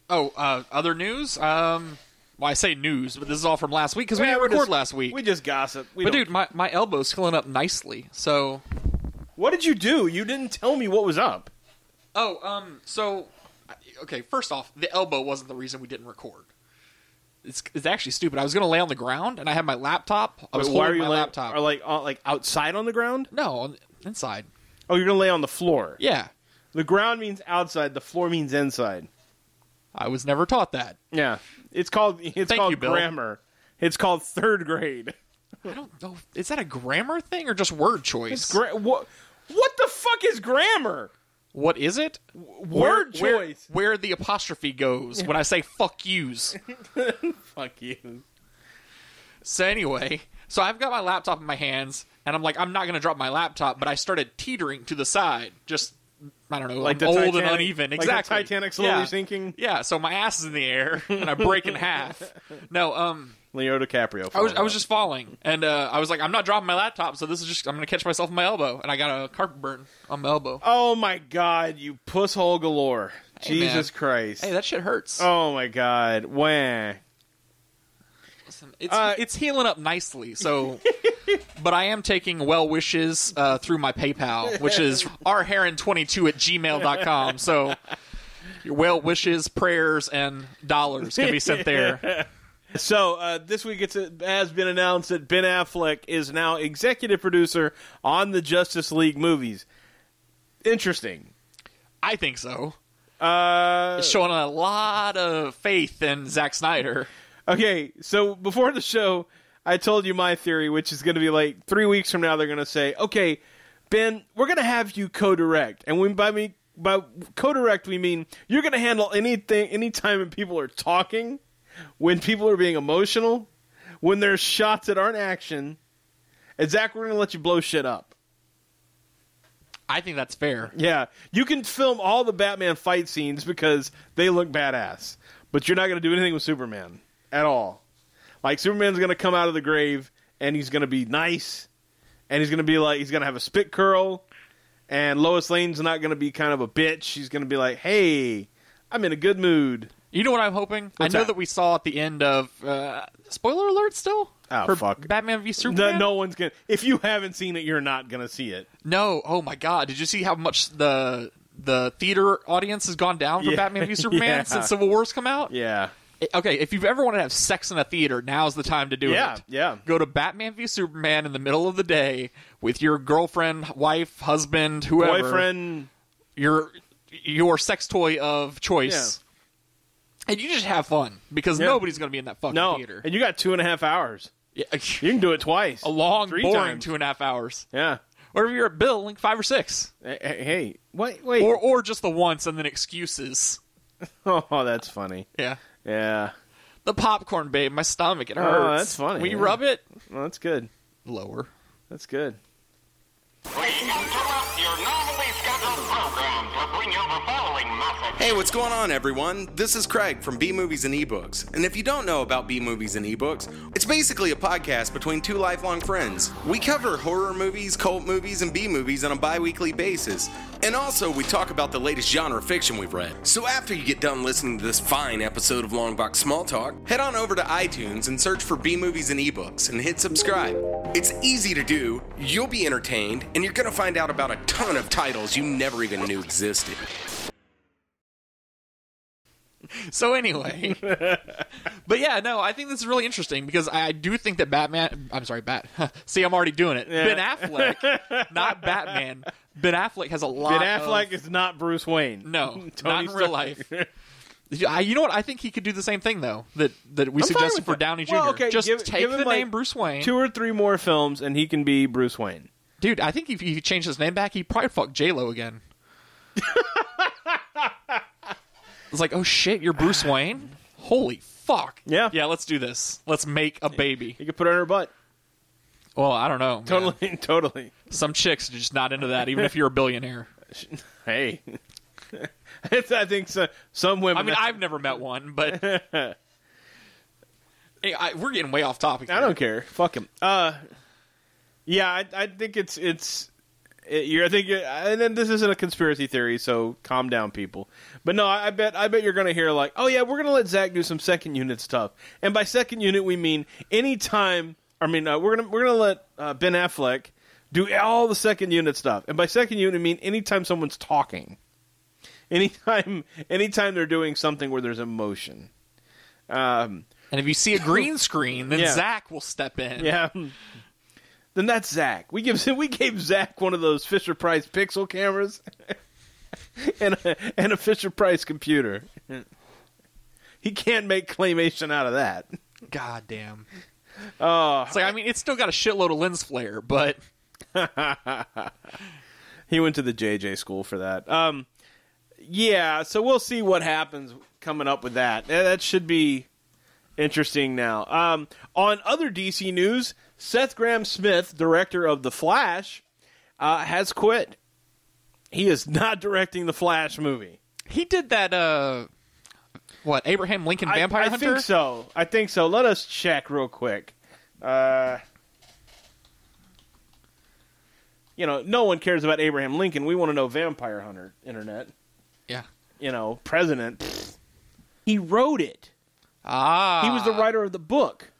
[SPEAKER 4] Oh, uh, other news? Um, well, I say news, but this is all from last week because we
[SPEAKER 3] Yeah,
[SPEAKER 4] didn't
[SPEAKER 3] we're
[SPEAKER 4] record
[SPEAKER 3] just-
[SPEAKER 4] last week.
[SPEAKER 3] We just gossip. We
[SPEAKER 4] but
[SPEAKER 3] don't-
[SPEAKER 4] dude, my, my elbow's filling up nicely. So,
[SPEAKER 3] what did you do? You didn't tell me what was up.
[SPEAKER 4] oh, um, so, okay. First off, the elbow wasn't the reason we didn't record. It's, it's actually stupid. I was gonna lay on the ground and I had my laptop. I was
[SPEAKER 3] Wait,
[SPEAKER 4] holding
[SPEAKER 3] why are you
[SPEAKER 4] my
[SPEAKER 3] laying-
[SPEAKER 4] laptop.
[SPEAKER 3] Are like on, like outside on the ground?
[SPEAKER 4] no, on, inside.
[SPEAKER 3] Oh, you're gonna lay on the floor.
[SPEAKER 4] Yeah,
[SPEAKER 3] The ground means outside. The floor means inside.
[SPEAKER 4] I was never taught that.
[SPEAKER 3] Yeah, it's called it's
[SPEAKER 4] Thank
[SPEAKER 3] called
[SPEAKER 4] you, Bill.
[SPEAKER 3] grammar. It's called third grade.
[SPEAKER 4] I don't know. Is that a grammar thing or just word choice?
[SPEAKER 3] It's gra- what what the fuck is grammar?
[SPEAKER 4] what is it?
[SPEAKER 3] Word
[SPEAKER 4] Where-
[SPEAKER 3] choice.
[SPEAKER 4] Where, the apostrophe goes when I say
[SPEAKER 3] *laughs*
[SPEAKER 4] fuck yous.
[SPEAKER 3] Fuck you.
[SPEAKER 4] so anyway, so I've got my laptop in my hands, and I'm like, I'm not gonna drop my laptop, but I started teetering to the side. Just I don't know,
[SPEAKER 3] Like
[SPEAKER 4] like
[SPEAKER 3] the
[SPEAKER 4] old
[SPEAKER 3] Titanic-
[SPEAKER 4] and uneven.
[SPEAKER 3] like the
[SPEAKER 4] Exactly.
[SPEAKER 3] Titanic slowly
[SPEAKER 4] Yeah.
[SPEAKER 3] sinking.
[SPEAKER 4] Yeah. So my ass is in
[SPEAKER 3] *laughs*
[SPEAKER 4] the air, and I break in half. No, um,
[SPEAKER 3] Leo DiCaprio.
[SPEAKER 4] I was I was just falling, and uh, I was like, I'm not dropping my laptop, so this is just I'm gonna catch myself on my elbow, and I got a carpet burn on my elbow.
[SPEAKER 3] Oh my god, you pusshole galore! Jesus
[SPEAKER 4] man.
[SPEAKER 3] Christ!
[SPEAKER 4] Hey, that shit hurts.
[SPEAKER 3] oh my god, wah.
[SPEAKER 4] Listen, It's,
[SPEAKER 3] Uh,
[SPEAKER 4] it's healing up
[SPEAKER 3] *laughs*
[SPEAKER 4] nicely, so. but I am taking well wishes uh, through my PayPal,
[SPEAKER 3] *laughs*
[SPEAKER 4] which is rheron22 at gmail.com. So your well wishes, prayers, and dollars can be
[SPEAKER 3] *laughs*
[SPEAKER 4] sent there.
[SPEAKER 3] So uh, this week it's, it has been announced that Ben Affleck is now executive producer on the Justice League movies. Interesting.
[SPEAKER 4] I think so.
[SPEAKER 3] Uh,
[SPEAKER 4] Showing a lot of faith in Zack Snyder.
[SPEAKER 3] okay, so before the show, I told you my theory, which is going to be like three weeks from now. They're going to say, "Okay, Ben, we're going to have you co-direct," and when by me by co-direct we mean you're going to handle anything, anytime when people are talking, when people are being emotional, when there's shots that aren't action. And Zach, we're going to let you blow shit up.
[SPEAKER 4] I think that's fair.
[SPEAKER 3] Yeah, you can film all the Batman fight scenes because they look badass, but you're not going to do anything with Superman at all. Like Superman's going to come out of the grave and he's going to be nice, and he's going to be like he's going to have a spit curl, and Lois Lane's not going to be kind of a bitch. She's going to be like, "Hey, I'm in a good mood."
[SPEAKER 4] You know what I'm hoping?
[SPEAKER 3] What's
[SPEAKER 4] I know
[SPEAKER 3] that?
[SPEAKER 4] that? we saw at the end of. Uh, spoiler alert still?
[SPEAKER 3] Oh,
[SPEAKER 4] For
[SPEAKER 3] fuck.
[SPEAKER 4] Batman v
[SPEAKER 3] No,
[SPEAKER 4] Superman?
[SPEAKER 3] no one's gonna. If you haven't seen it, you're not gonna see it.
[SPEAKER 4] No, oh my god, did you see how much the the theater audience has gone down for
[SPEAKER 3] Yeah.
[SPEAKER 4] Batman
[SPEAKER 3] *laughs*
[SPEAKER 4] v Superman
[SPEAKER 3] Yeah.
[SPEAKER 4] since Civil War's come out? Eh,
[SPEAKER 3] Yeah,
[SPEAKER 4] Okay, if you've ever wanted to have sex in a theater, now's the time to do
[SPEAKER 3] Yeah,
[SPEAKER 4] it.
[SPEAKER 3] yeah.
[SPEAKER 4] Go to Batman v Superman in the middle of the day with your girlfriend, wife, husband, whoever,
[SPEAKER 3] boyfriend.
[SPEAKER 4] your your sex toy of choice, and you just have fun because
[SPEAKER 3] Yeah.
[SPEAKER 4] nobody's going to be in that fucking
[SPEAKER 3] No,
[SPEAKER 4] theater.
[SPEAKER 3] and you got two and a half hours.
[SPEAKER 4] Yeah.
[SPEAKER 3] You can do it twice.
[SPEAKER 4] a long,
[SPEAKER 3] Three
[SPEAKER 4] boring
[SPEAKER 3] times.
[SPEAKER 4] two and a half hours,
[SPEAKER 3] Yeah.
[SPEAKER 4] or if you're at Bill, like five or six,
[SPEAKER 3] Hey, Hey, wait, wait.
[SPEAKER 4] *laughs* or or just the once and then excuses.
[SPEAKER 3] *laughs* oh, that's funny.
[SPEAKER 4] Yeah.
[SPEAKER 3] Yeah,
[SPEAKER 4] The popcorn, babe. My stomach, it hurts.
[SPEAKER 3] Oh, that's funny,
[SPEAKER 4] When you
[SPEAKER 3] yeah.
[SPEAKER 4] rub it,
[SPEAKER 3] well, that's good.
[SPEAKER 4] lower.
[SPEAKER 3] That's good.
[SPEAKER 2] We interrupt your normally scheduled program to bring you the following message.
[SPEAKER 5] Hey, what's going on, everyone? This is Craig from B Movies and Ebooks. And if you don't know about B Movies and Ebooks, it's basically a podcast between two lifelong friends. We cover horror movies, cult movies, and B movies on a bi weekly basis. And also, we talk about the latest genre fiction we've read. So after you get done listening to this fine episode of Long Box Small Talk, head on over to iTunes and search for B Movies and Ebooks and hit subscribe. It's easy to do, you'll be entertained, and you're going to find out about a ton of titles you never even knew existed.
[SPEAKER 3] *laughs*
[SPEAKER 4] So anyway, but yeah, no, I think this is really interesting because I do think that Batman. I'm sorry, Bat. *laughs* See, I'm already doing it.
[SPEAKER 3] *laughs*
[SPEAKER 4] Ben Affleck, not Batman. Ben Affleck has a lot.
[SPEAKER 3] Ben Affleck
[SPEAKER 4] Of,
[SPEAKER 3] is not Bruce Wayne.
[SPEAKER 4] *laughs*
[SPEAKER 3] *laughs*
[SPEAKER 4] no, not
[SPEAKER 3] Tony
[SPEAKER 4] in real
[SPEAKER 3] Stark.
[SPEAKER 4] life. Yeah, I- You know what? I think he could do the same thing though that that we
[SPEAKER 3] I'm fine
[SPEAKER 4] suggested
[SPEAKER 3] with
[SPEAKER 4] for
[SPEAKER 3] that.
[SPEAKER 4] Downey Jr.
[SPEAKER 3] Well, okay,
[SPEAKER 4] Just
[SPEAKER 3] give-
[SPEAKER 4] take
[SPEAKER 3] give
[SPEAKER 4] the
[SPEAKER 3] him, like,
[SPEAKER 4] name Bruce Wayne,
[SPEAKER 3] Two or three more films, and he can be Bruce Wayne.
[SPEAKER 4] dude. I think if he changed his name back, he'd probably fuck J Lo
[SPEAKER 3] *laughs*
[SPEAKER 4] again. it's like, oh shit, you're Bruce Wayne. Holy fuck.
[SPEAKER 3] Yeah.
[SPEAKER 4] yeah. Let's do this. Let's make a baby.
[SPEAKER 3] He could put her in her butt.
[SPEAKER 4] Well, I don't know. man.
[SPEAKER 3] *laughs* Totally, totally.
[SPEAKER 4] Some chicks are just not into that, even if you're a billionaire.
[SPEAKER 3] Hey, *laughs* It's- I think so, some women.
[SPEAKER 4] I mean, I've never met one,
[SPEAKER 3] *laughs*
[SPEAKER 4] but Hey, I, we're getting way off topic.
[SPEAKER 3] I don't care. Fuck him. Uh, yeah, I, I think it's it's It- you're, I think, you're- and then this isn't a conspiracy theory, so calm down, people. But no, I, I bet, I bet you're going to hear like, oh yeah, we're going to let Zach do some second unit stuff, and by second unit we mean any time. I mean, uh, we're gonna we're gonna let uh, Ben Affleck do all the second unit stuff, and by second unit I mean anytime someone's talking, *laughs* anytime, anytime they're doing something where there's emotion. Um,
[SPEAKER 4] And if you see
[SPEAKER 3] *laughs*
[SPEAKER 4] a green screen, then
[SPEAKER 3] Yeah.
[SPEAKER 4] Zach will step in.
[SPEAKER 3] yeah. Then that's Zach. We give *laughs* we gave Zach one of those Fisher Price Pixel cameras, *laughs* and a, and a Fisher Price computer. *laughs* He can't make claymation out of that.
[SPEAKER 4] God damn.
[SPEAKER 3] Oh.
[SPEAKER 4] it's like I mean, it's still got a shitload of lens flare, but
[SPEAKER 3] He went to the JJ school for that. Um, yeah. So we'll see what happens coming up with that. Eh, That should be interesting. Now, um, on other DC news, Seth Graham Smith, director of The Flash, uh, has quit. He is not directing the Flash movie.
[SPEAKER 4] he did that. uh What Abraham Lincoln Vampire
[SPEAKER 3] I, I
[SPEAKER 4] Hunter?
[SPEAKER 3] think so. I think so. Let us check real quick. Uh, you know, no one cares about Abraham Lincoln. We want to know Vampire Hunter, internet.
[SPEAKER 4] Yeah.
[SPEAKER 3] You know, president. Pfft. He wrote it.
[SPEAKER 4] Ah,
[SPEAKER 3] He was the writer of the book.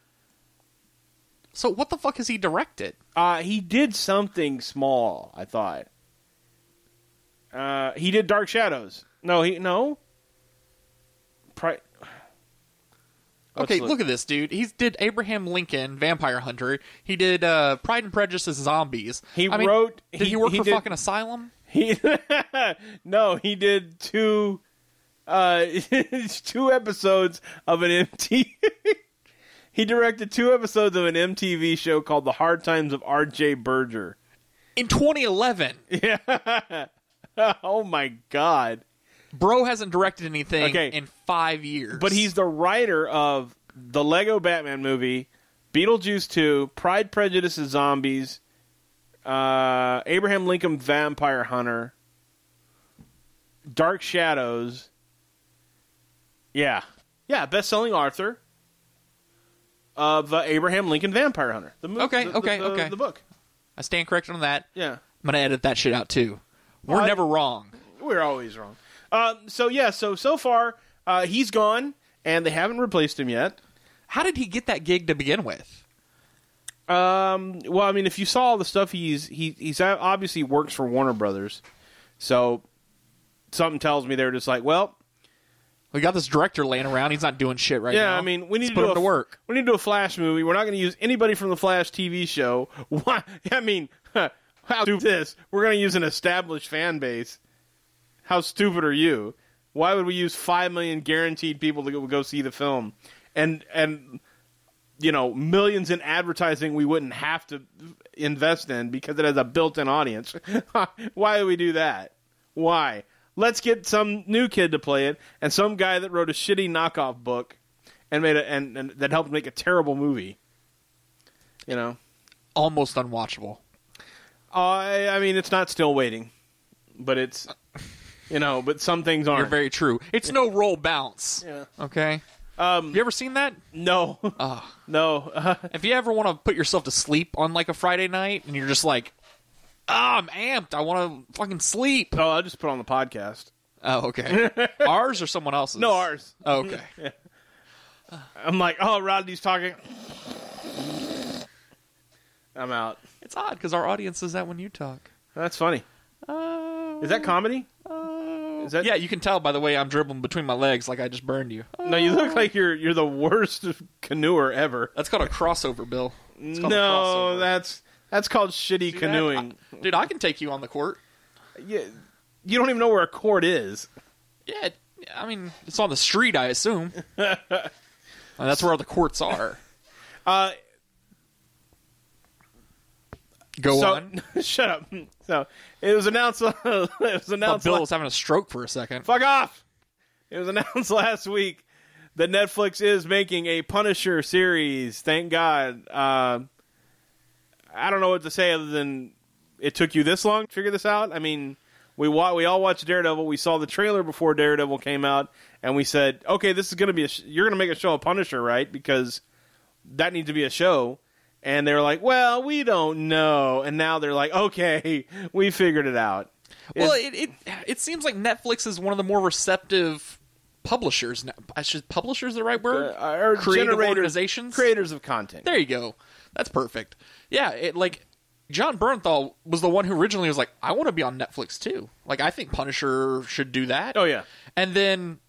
[SPEAKER 4] So what the fuck has he directed?
[SPEAKER 3] Uh, he did something small, I thought. Uh, he did Dark Shadows. No, he no. Pri- Let's
[SPEAKER 4] okay,
[SPEAKER 3] look.
[SPEAKER 4] look. at this dude. He did Abraham Lincoln Vampire Hunter. He did uh Pride and Prejudice Zombies.
[SPEAKER 3] He
[SPEAKER 4] I mean,
[SPEAKER 3] wrote-
[SPEAKER 4] Did he,
[SPEAKER 3] he-
[SPEAKER 4] work
[SPEAKER 3] he
[SPEAKER 4] for
[SPEAKER 3] did-
[SPEAKER 4] fucking Asylum?
[SPEAKER 3] He *laughs* no, he did two uh *laughs* two episodes of an MT. *laughs* he directed two episodes of an MTV show called The Hard Times of R.J. Berger. *laughs*
[SPEAKER 4] In 2011,
[SPEAKER 3] Oh my god.
[SPEAKER 4] bro hasn't directed anything
[SPEAKER 3] Okay.
[SPEAKER 4] in five years.
[SPEAKER 3] But he's the writer of the Lego Batman movie, Beetlejuice 2, Pride, Prejudice, and Zombies, uh, Abraham Lincoln Vampire Hunter, Dark Shadows. Yeah. Yeah, best selling author of uh, Abraham Lincoln Vampire Hunter. The movie,
[SPEAKER 4] Okay,
[SPEAKER 3] the, the-
[SPEAKER 4] okay,
[SPEAKER 3] the-
[SPEAKER 4] okay.
[SPEAKER 3] The book.
[SPEAKER 4] I stand corrected on that.
[SPEAKER 3] Yeah.
[SPEAKER 4] I'm gonna edit that shit out too. We're
[SPEAKER 3] I-
[SPEAKER 4] never wrong.
[SPEAKER 3] We're always wrong. Um, so, yeah, so, so far, uh, he's gone, and they haven't replaced him yet.
[SPEAKER 4] How did he get that gig to begin with?
[SPEAKER 3] Um, well, I mean, if you saw all the stuff he's he he's o- obviously works for Warner Brothers, so something tells me they're just like, well,
[SPEAKER 4] We got this director laying around. He's not doing shit right now.
[SPEAKER 3] yeah, I mean, we need
[SPEAKER 4] Let's
[SPEAKER 3] to
[SPEAKER 4] put
[SPEAKER 3] do
[SPEAKER 4] him
[SPEAKER 3] a,
[SPEAKER 4] to work.
[SPEAKER 3] We need to do a Flash movie. We're not going to use anybody from the Flash TV show. *laughs* Why? I mean, *laughs* how do this? We're going to use an established fan base. How stupid are you? Why would we use five million guaranteed people to go, go see the film, and and you know millions in advertising we wouldn't have to invest in because it has a built-in audience? *laughs* Why do we do that? Why? Let's get some new kid to play it and some guy that wrote a shitty knockoff book and made a and, and that helped make a terrible movie. You know,
[SPEAKER 4] Almost unwatchable.
[SPEAKER 3] I I mean it's not still waiting, but it's you know, but some things
[SPEAKER 4] You're
[SPEAKER 3] aren't.
[SPEAKER 4] very true. It's no roll bounce.
[SPEAKER 3] Yeah.
[SPEAKER 4] Okay. Um, you ever seen that?
[SPEAKER 3] no,
[SPEAKER 4] Ah.
[SPEAKER 3] *laughs* no.
[SPEAKER 4] If you ever want to put yourself to sleep on like a Friday night and you're just like, oh, I'm amped. I want to fucking sleep.
[SPEAKER 3] oh, I'll just put on the podcast.
[SPEAKER 4] Oh, okay.
[SPEAKER 3] *laughs*
[SPEAKER 4] ours or someone else's?
[SPEAKER 3] No, ours.
[SPEAKER 4] Oh,
[SPEAKER 3] *laughs*
[SPEAKER 4] okay.
[SPEAKER 3] I'm like, oh, Rodney's talking. I'm out.
[SPEAKER 4] It's odd because our audience is that when you talk.
[SPEAKER 3] That's funny.
[SPEAKER 4] Oh.
[SPEAKER 3] Is that comedy? Is that
[SPEAKER 4] yeah, you can tell by the way I'm dribbling between my legs like I just burned you.
[SPEAKER 3] No, you look like you're you're the worst canoeer ever.
[SPEAKER 4] That's called a crossover, Bill. It's called a
[SPEAKER 3] No,
[SPEAKER 4] crossover.
[SPEAKER 3] that's that's called shitty
[SPEAKER 4] Dude, I-
[SPEAKER 3] canoeing.
[SPEAKER 4] I- dude, I can take you on the court.
[SPEAKER 3] Yeah, you don't even know where a court is.
[SPEAKER 4] Yeah, it- I mean, it's on the street,
[SPEAKER 3] *laughs*
[SPEAKER 4] I assume. And that's where all the courts are.
[SPEAKER 3] Uh,
[SPEAKER 4] Go
[SPEAKER 3] so
[SPEAKER 4] on.
[SPEAKER 3] *laughs* shut up. So it was announced. *laughs* it was
[SPEAKER 4] Thought
[SPEAKER 3] announced.
[SPEAKER 4] Bill
[SPEAKER 3] la-
[SPEAKER 4] was having a stroke for a second.
[SPEAKER 3] fuck off. It was *laughs* announced last week that Netflix is making a Punisher series. Thank God. Uh, I don't know what to say other than it took you this long to figure this out. I mean, we wa- we all watched Daredevil. We saw the trailer before Daredevil came out, and we said, "Okay, this is going to be a sh- you're going to make a show of Punisher, right?" Because that needs to be a show. and they were like, "Well, we don't know." And now they're like, "Okay, *laughs* we figured it out."
[SPEAKER 4] Well, it, it it seems like Netflix is one of the more receptive publishers. now- I should publishers the right word?
[SPEAKER 3] Uh, Or
[SPEAKER 4] Creative
[SPEAKER 3] generators-
[SPEAKER 4] organizations.
[SPEAKER 3] creators of content.
[SPEAKER 4] There you go. That's perfect. Yeah, it like John Bernthal was the one who originally was like, I want to be on Netflix too. Like I think Punisher should do that.
[SPEAKER 3] Oh, yeah.
[SPEAKER 4] And then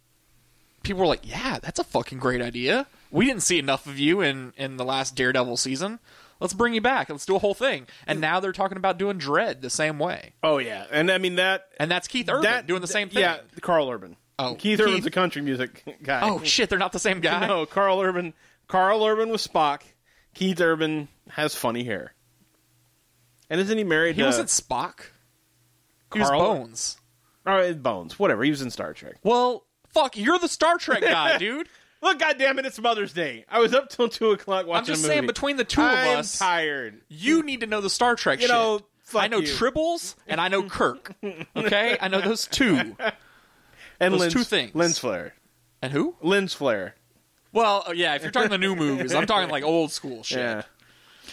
[SPEAKER 4] people were like, Yeah, that's a fucking great idea. We didn't see enough of you in in the last Daredevil season. Let's bring you back. Let's do a whole thing.
[SPEAKER 3] Mm.
[SPEAKER 4] And now they're talking about doing Dread the same way.
[SPEAKER 3] Oh yeah, and I mean that
[SPEAKER 4] And that's Keith Urban
[SPEAKER 3] that
[SPEAKER 4] doing the same thing.
[SPEAKER 3] Yeah, Carl Urban.
[SPEAKER 4] Oh,
[SPEAKER 3] Keith,
[SPEAKER 4] Keith.
[SPEAKER 3] Urban's a country music guy.
[SPEAKER 4] Oh shit, they're not the same guy.
[SPEAKER 3] no, Carl Urban. Carl Urban was Spock. Keith Urban has funny hair. And isn't he married?
[SPEAKER 4] He
[SPEAKER 3] to,
[SPEAKER 4] wasn't Spock. He was
[SPEAKER 3] Carl?
[SPEAKER 4] Bones.
[SPEAKER 3] Oh, Bones. Whatever. He was in Star Trek.
[SPEAKER 4] Well, fuck, you're the Star
[SPEAKER 3] *laughs*
[SPEAKER 4] Trek guy, dude.
[SPEAKER 3] Look, goddamn it, it's Mother's Day. I was up till two o'clock watching.
[SPEAKER 4] I'm just
[SPEAKER 3] a movie.
[SPEAKER 4] saying, between the two of
[SPEAKER 3] I'm
[SPEAKER 4] us,
[SPEAKER 3] tired.
[SPEAKER 4] you need to know the Star Trek
[SPEAKER 3] You
[SPEAKER 4] shit.
[SPEAKER 3] know, fuck
[SPEAKER 4] I know
[SPEAKER 3] you.
[SPEAKER 4] Tribbles and I
[SPEAKER 3] *laughs*
[SPEAKER 4] know Kirk. Okay, I know those two.
[SPEAKER 3] And
[SPEAKER 4] those
[SPEAKER 3] lens,
[SPEAKER 4] two things.
[SPEAKER 3] Lens flare.
[SPEAKER 4] And who?
[SPEAKER 3] Lens flare.
[SPEAKER 4] Well, oh, yeah. If you're talking the new movies, I'm talking like old *laughs* school shit.
[SPEAKER 3] Yeah.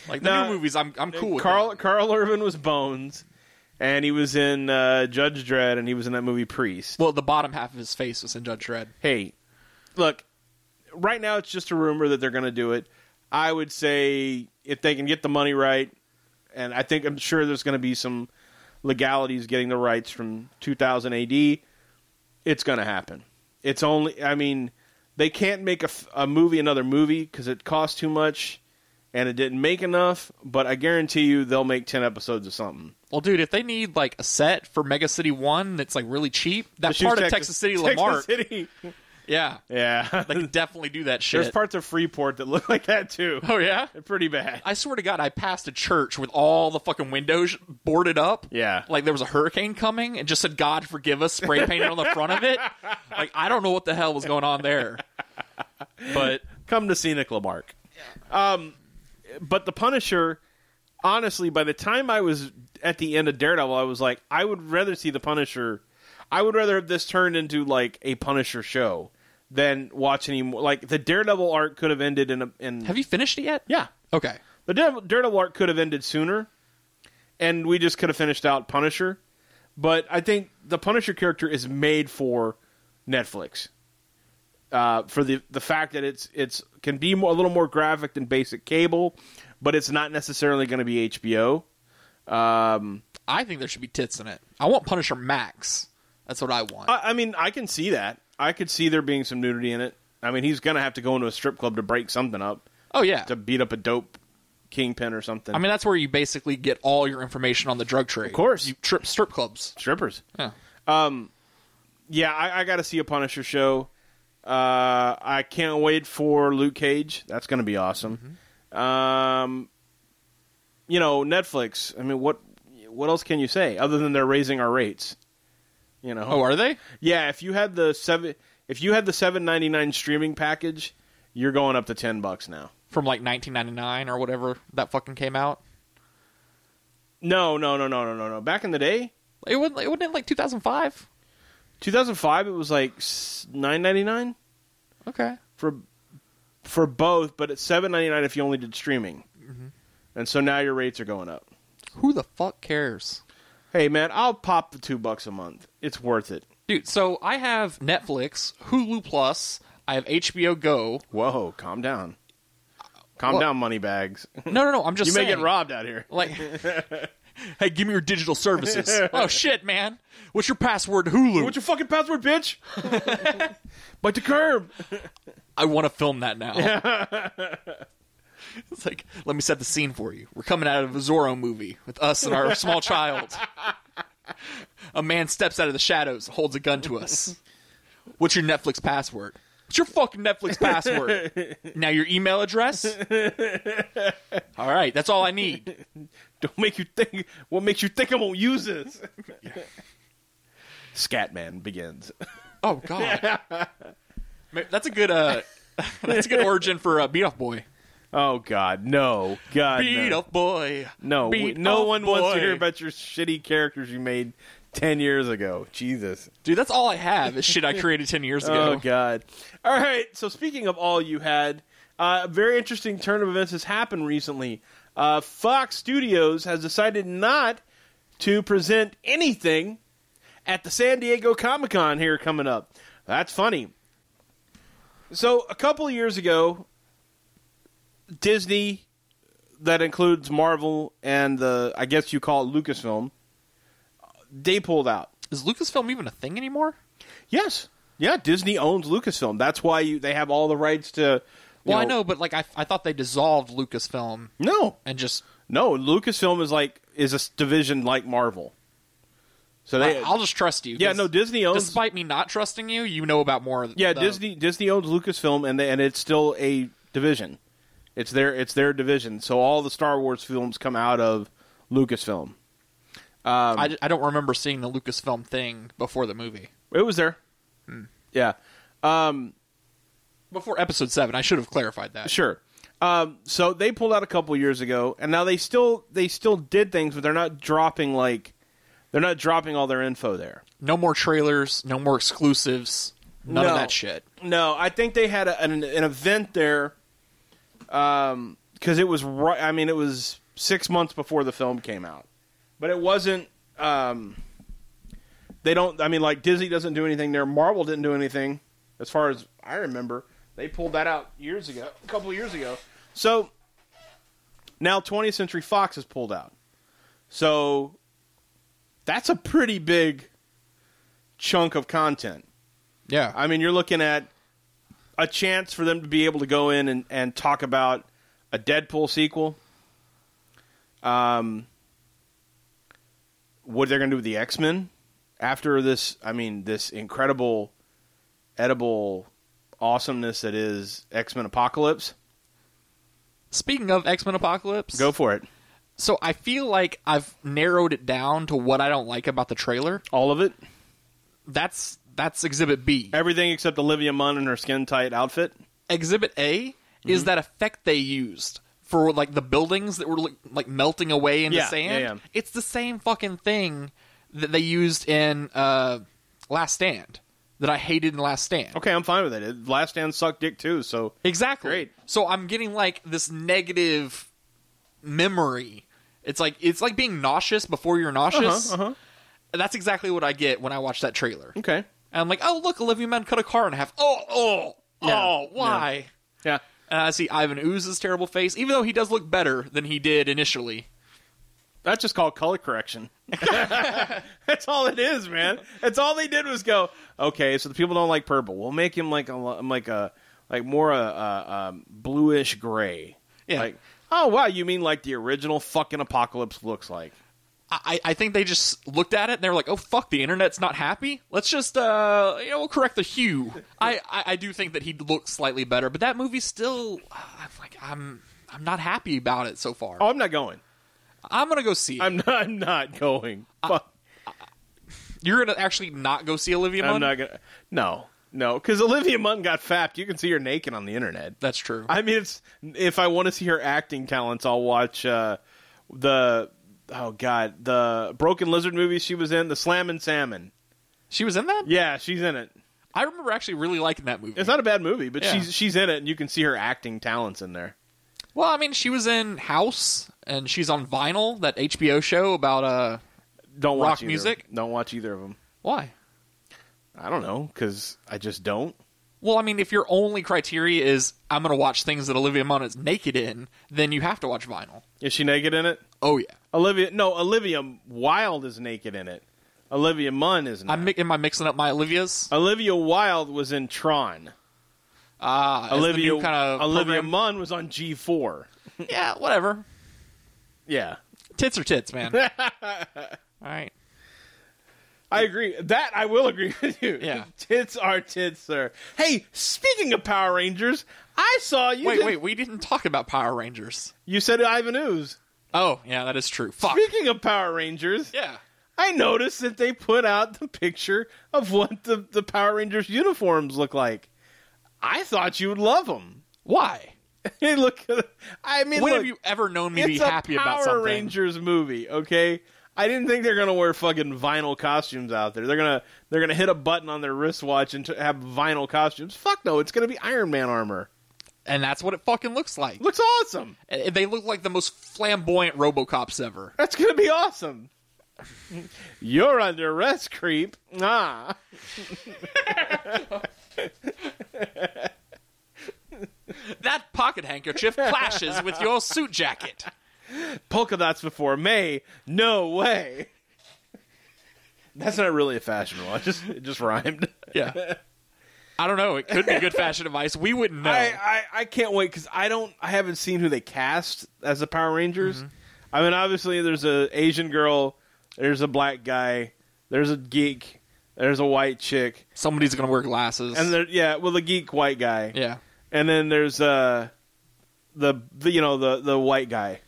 [SPEAKER 4] Like the
[SPEAKER 3] No.
[SPEAKER 4] new movies, I'm I'm cool with.
[SPEAKER 3] Carl
[SPEAKER 4] that.
[SPEAKER 3] Carl Urban was Bones, and he was in uh, Judge Dredd, and he was in that movie Priest.
[SPEAKER 4] Well, the bottom half of his face was in Judge Dredd.
[SPEAKER 3] Hey, look, right now it's just a rumor that they're going to do it. I would say if they can get the money right, and I think I'm sure there's going to be some legalities getting the rights from 2000 AD. It's going to happen. It's only, I mean, they can't make a, f- a movie another movie because it costs too much and it didn't make enough. But I guarantee you, they'll make 10 episodes of something.
[SPEAKER 4] Well, dude, if they need like a set for Mega City One that's like really cheap, that
[SPEAKER 3] Just use
[SPEAKER 4] part of Texas, City, *laughs* Lamarck,
[SPEAKER 3] City.
[SPEAKER 4] yeah,
[SPEAKER 3] Yeah.
[SPEAKER 4] they *laughs* can definitely do that shit.
[SPEAKER 3] There's parts of Freeport that look like that too.
[SPEAKER 4] oh yeah,
[SPEAKER 3] They're pretty bad.
[SPEAKER 4] I swear to God, I passed a church with all the fucking windows boarded up.
[SPEAKER 3] Yeah.
[SPEAKER 4] Like there was a hurricane coming and just said, God forgive us, spray painted on the front
[SPEAKER 3] *laughs*
[SPEAKER 4] of it. Like, I don't know what the hell was going on there. But
[SPEAKER 3] Come to scenic Lamarck. Um, but the Punisher, honestly, by the time I was at the end of Daredevil, I was like, I would rather see the Punisher. I would rather have this turned into like a Punisher show than watch any more. Like the Daredevil arc could have ended in a in
[SPEAKER 4] have you finished it yet?
[SPEAKER 3] yeah.
[SPEAKER 4] Okay.
[SPEAKER 3] The Daredevil, Daredevil arc could have ended sooner, and we just could have finished out Punisher. But I think the Punisher character is made for Netflix. Uh, for the the fact that it's it's can be more, a little more graphic than basic cable, but it's not necessarily going to be HBO.
[SPEAKER 4] I think there should be tits in it. I want Punisher Max. That's what I want.
[SPEAKER 3] I, I mean, I can see that. I could see there being some nudity in it. I mean, he's going to have to go into a strip club to break something up
[SPEAKER 4] oh, yeah.
[SPEAKER 3] to beat up a dope kingpin or something.
[SPEAKER 4] I mean, that's where you basically get all your information on the drug trade. Of
[SPEAKER 3] course.
[SPEAKER 4] You trip strip clubs.
[SPEAKER 3] strippers.
[SPEAKER 4] Yeah.
[SPEAKER 3] yeah, I, I got to see a Punisher show. Uh, I can't wait for Luke Cage. That's going to be awesome. Um, you know, Netflix. I mean, what what else can you say other than they're raising our rates? You know.
[SPEAKER 4] Oh, are they?
[SPEAKER 3] yeah. If you had the seven, if you had the seven ninety nine streaming package, you're going up to ten bucks now.
[SPEAKER 4] From like 1999 or whatever that fucking came out.
[SPEAKER 3] No, no, no, no, no, no, no. Back in the day,
[SPEAKER 4] It wasn't, it wasn't like 2005.
[SPEAKER 3] 2005, it was like nine ninety nine
[SPEAKER 4] Okay.
[SPEAKER 3] for for both, but it's seven ninety nine if you only did streaming,
[SPEAKER 4] Mm-hmm.
[SPEAKER 3] and so now your rates are going up.
[SPEAKER 4] Who the fuck cares?
[SPEAKER 3] Hey man, I'll pop the two bucks a month. It's worth it.
[SPEAKER 4] Dude, so I have Netflix, Hulu Plus, I have
[SPEAKER 3] *laughs*
[SPEAKER 4] HBO Go.
[SPEAKER 3] Whoa, calm down, calm
[SPEAKER 4] Well-
[SPEAKER 3] down, money bags. you
[SPEAKER 4] No, no, no, I'm just
[SPEAKER 3] may
[SPEAKER 4] saying.
[SPEAKER 3] get robbed out here. *laughs*
[SPEAKER 4] Like, hey, give me your digital services. oh, shit, man. What's your password to Hulu?
[SPEAKER 3] What's your fucking password,
[SPEAKER 4] *laughs*
[SPEAKER 3] bitch? Bite the curb.
[SPEAKER 4] I want to film that now. *laughs* it's like, let me set the scene for you. We're coming out of a Zorro movie with us and our small child. A man steps out of the shadows, holds a gun to us. What's your Netflix password? What's your fucking Netflix password?
[SPEAKER 3] *laughs*
[SPEAKER 4] now your email address? All right, that's all I need.
[SPEAKER 3] Don't make you think. What makes you think I won't use
[SPEAKER 4] *laughs*
[SPEAKER 3] this? Scatman begins.
[SPEAKER 4] Oh
[SPEAKER 3] *laughs*
[SPEAKER 4] god. Ma- That's a good uh *laughs* that's a good origin for uh, beat off boy.
[SPEAKER 3] Oh God, no, God,
[SPEAKER 4] Beat
[SPEAKER 3] no.
[SPEAKER 4] off boy.
[SPEAKER 3] No,
[SPEAKER 4] Beat
[SPEAKER 3] no
[SPEAKER 4] off
[SPEAKER 3] one wants to
[SPEAKER 4] oh, boy.
[SPEAKER 3] hear about your shitty characters you made ten years ago. Jesus.
[SPEAKER 4] Dude,
[SPEAKER 3] *laughs*
[SPEAKER 4] that's all I have is shit I created 10 years ago.
[SPEAKER 3] Oh God. All right. So speaking of all you had, Uh, a very interesting turn of events has happened recently. Uh, Fox Studios has decided not to present anything at the San Diego Comic Con here coming up. That's funny. So, a couple of years ago, Disney, that includes Marvel and the, I guess you call it Lucasfilm, they pulled out.
[SPEAKER 4] Is Lucasfilm even a thing anymore?
[SPEAKER 3] Yes. Yeah, Disney owns Lucasfilm. That's why you, they have all the rights to. you
[SPEAKER 4] Well, I know, but like I, I thought they dissolved Lucasfilm
[SPEAKER 3] No,
[SPEAKER 4] and just
[SPEAKER 3] no. Lucasfilm is like is a s- division like Marvel. So they.
[SPEAKER 4] I, will just trust you.
[SPEAKER 3] yeah,
[SPEAKER 4] 'cause
[SPEAKER 3] no. Disney owns.
[SPEAKER 4] Despite me not trusting you, you know about more.
[SPEAKER 3] yeah,
[SPEAKER 4] the-
[SPEAKER 3] Disney Disney owns Lucasfilm, and they, and it's still a division. It's their it's their division. So all the Star Wars films come out of Lucasfilm.
[SPEAKER 4] I,
[SPEAKER 3] Um,
[SPEAKER 4] I don't remember seeing the Lucasfilm thing before the movie.
[SPEAKER 3] It was there. Yeah. Um.
[SPEAKER 4] Before episode seven, I should have clarified that.
[SPEAKER 3] Sure. Um, so they pulled out a couple years ago, and now they still they still did things, but they're not dropping like they're not dropping all their info there.
[SPEAKER 4] No more trailers, no more exclusives, none
[SPEAKER 3] No.
[SPEAKER 4] of that shit.
[SPEAKER 3] No, I think they had a, an, an event there because it was right. I mean, it was six months before the film came out, but it wasn't. Um, they don't. I mean, like Disney doesn't do anything there. Marvel didn't do anything, as far as I remember. They pulled that out years ago, a couple of years ago. So now 20th Century Fox has pulled out. So that's a pretty big chunk of content.
[SPEAKER 4] Yeah,
[SPEAKER 3] I mean, you're looking at a chance for them to be able to go in and, and talk about a Deadpool sequel. Um, what they're going to do with the X Men after this? I mean, this incredible, edible awesomeness that is X Men Apocalypse.
[SPEAKER 4] Speaking of X Men Apocalypse,
[SPEAKER 3] Go for it.
[SPEAKER 4] so I feel like I've narrowed it down to what I don't like about the trailer.
[SPEAKER 3] All of it.
[SPEAKER 4] That's that's Exhibit B.
[SPEAKER 3] Everything except Olivia Munn and her skin tight outfit.
[SPEAKER 4] Exhibit A is
[SPEAKER 3] Mm-hmm.
[SPEAKER 4] that effect they used for like the buildings that were like, like melting away into
[SPEAKER 3] Yeah,
[SPEAKER 4] sand.
[SPEAKER 3] yeah, yeah.
[SPEAKER 4] It's the same fucking thing that they used in uh, Last Stand that I hated in Last Stand.
[SPEAKER 3] Okay, I'm fine with it. Last Stand sucked dick too, so
[SPEAKER 4] Exactly.
[SPEAKER 3] Great.
[SPEAKER 4] So I'm getting like this negative memory. It's like it's like being nauseous before you're nauseous.
[SPEAKER 3] Uh-huh, Mm. uh-huh.
[SPEAKER 4] That's exactly what I get when I watch that trailer. And
[SPEAKER 3] okay.
[SPEAKER 4] I'm like, oh look, Olivia Munn cut a car in half. Oh, oh, oh, why?
[SPEAKER 3] Yeah.
[SPEAKER 4] And I see Ivan Ooze's terrible face, even though he does look better than he did initially.
[SPEAKER 3] That's just called color correction. *laughs* That's all it is, man. That's all they did was go, okay, so the people don't like purple. We'll make him like a like a like more a, a, um bluish gray.
[SPEAKER 4] Yeah.
[SPEAKER 3] Like, oh wow, you mean like the original fucking apocalypse looks like?
[SPEAKER 4] I, I think they just looked at it and they were like, "Oh fuck, the internet's not happy. Let's just uh, you know, we'll correct the hue." I, I I do think that he looks slightly better, but that movie still, uh, I'm like, I'm I'm not happy about it so far.
[SPEAKER 3] Oh, I'm not going. *laughs*
[SPEAKER 4] I'm gonna go see. it.
[SPEAKER 3] I'm not. I'm not going. Fuck.
[SPEAKER 4] You're gonna actually not go see Olivia Munn.
[SPEAKER 3] I'm not gonna. No, no, because Olivia Munn got fapped. You can see her naked on the internet.
[SPEAKER 4] That's true.
[SPEAKER 3] *laughs* I mean, it's if I want to see her acting talents, I'll watch uh, the oh god, the Broken Lizard movie she was in, the Slam and Salmon.
[SPEAKER 4] she was in that.
[SPEAKER 3] Yeah, she's in it.
[SPEAKER 4] I remember actually really liking that movie.
[SPEAKER 3] It's not a bad movie, but
[SPEAKER 4] Yeah.
[SPEAKER 3] she's she's in it, and you can see her acting talents in there.
[SPEAKER 4] well, I mean, she was in House and she's on Vinyl, that HBO show about uh,
[SPEAKER 3] Don't
[SPEAKER 4] Rock
[SPEAKER 3] watch either.
[SPEAKER 4] music?
[SPEAKER 3] Don't watch either of them.
[SPEAKER 4] why?
[SPEAKER 3] I don't know because I just don't.
[SPEAKER 4] Well, I mean, if your only criteria is I'm going to watch things that Olivia Munn is naked in, then you have to watch Vinyl.
[SPEAKER 3] Is she naked in it?
[SPEAKER 4] Oh yeah,
[SPEAKER 3] Olivia? No, Olivia Wilde is naked in it. Olivia Munn is not.
[SPEAKER 4] I'm mi- am I mixing up my Olivias?
[SPEAKER 3] Olivia Wilde was in Tron.
[SPEAKER 4] Ah, uh,
[SPEAKER 3] Olivia
[SPEAKER 4] kind of
[SPEAKER 3] Olivia Munn was on G four.
[SPEAKER 4] Yeah, whatever.
[SPEAKER 3] Yeah.
[SPEAKER 4] Tits are tits,
[SPEAKER 3] *laughs*
[SPEAKER 4] man. All right.
[SPEAKER 3] I agree. That I will agree with you.
[SPEAKER 4] Yeah.
[SPEAKER 3] *laughs* Tits are tits, sir. Hey, speaking of Power Rangers, I saw you.
[SPEAKER 4] Wait,
[SPEAKER 3] did-
[SPEAKER 4] wait, we didn't talk about Power Rangers.
[SPEAKER 3] You said Ivan Ooze.
[SPEAKER 4] Oh, yeah, that is true. Fuck.
[SPEAKER 3] Speaking of Power Rangers,
[SPEAKER 4] Yeah.
[SPEAKER 3] I noticed that they put out the picture of what the, the Power Rangers uniforms look like. I thought you would love them.
[SPEAKER 4] Why?
[SPEAKER 3] *laughs* Hey, look. I mean,
[SPEAKER 4] When
[SPEAKER 3] look,
[SPEAKER 4] have you ever known me be
[SPEAKER 3] it's a
[SPEAKER 4] happy
[SPEAKER 3] Power
[SPEAKER 4] about something?
[SPEAKER 3] Rangers movie, okay? I didn't think they're gonna wear fucking vinyl costumes out there. They're gonna they're gonna hit a button on their wristwatch and t- have vinyl costumes. Fuck no, it's gonna be Iron Man armor.
[SPEAKER 4] and that's what it fucking looks like.
[SPEAKER 3] Looks awesome.
[SPEAKER 4] And They look like the most flamboyant RoboCops ever.
[SPEAKER 3] That's gonna be awesome. *laughs* You're under arrest, creep. Ah. Nah.
[SPEAKER 4] That pocket handkerchief clashes with your suit jacket.
[SPEAKER 3] polka dots before May. No way. *laughs* That's not really a fashion one. Just *laughs* it just rhymed. *laughs*
[SPEAKER 4] Yeah. *laughs* I don't know. It could be good fashion advice. We wouldn't know.
[SPEAKER 3] I, I, I can't wait because I don't I haven't seen who they cast as the Power Rangers.
[SPEAKER 4] Mm-hmm.
[SPEAKER 3] I mean, obviously there's a Asian girl, there's a black guy, there's a geek, there's a white chick,
[SPEAKER 4] Somebody's gonna wear glasses.
[SPEAKER 3] and there yeah, well the geek white guy,
[SPEAKER 4] yeah.
[SPEAKER 3] and then there's uh the, the you know the the white guy.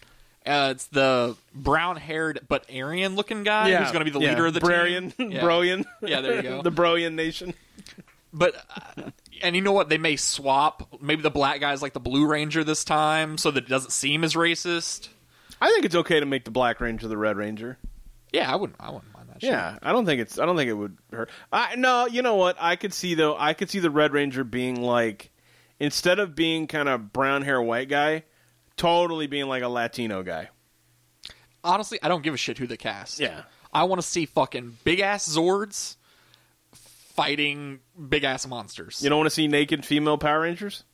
[SPEAKER 4] Uh, it's the brown-haired but Aryan-looking guy who's going to be the
[SPEAKER 3] yeah,
[SPEAKER 4] leader of the
[SPEAKER 3] Brarian, *laughs*
[SPEAKER 4] team. Yeah.
[SPEAKER 3] Broian.
[SPEAKER 4] Yeah, there you go.
[SPEAKER 3] *laughs* the Broian Nation.
[SPEAKER 4] But uh, and you know what? They may swap. Maybe the black guy's like the Blue Ranger this time, so that it doesn't seem as racist.
[SPEAKER 3] I think it's okay to make the Black Ranger the Red Ranger.
[SPEAKER 4] Yeah, I wouldn't. I wouldn't mind that. shit.
[SPEAKER 3] Yeah, I don't think it's. I don't think it would hurt. I no, you know what? I could see though. I could see the Red Ranger being like, instead of being kind of brown hair white guy, totally being like a Latino guy.
[SPEAKER 4] Honestly, I don't give a shit who they cast.
[SPEAKER 3] Yeah.
[SPEAKER 4] I want to see fucking big ass Zords fighting big ass monsters.
[SPEAKER 3] You don't want to see naked female Power Rangers.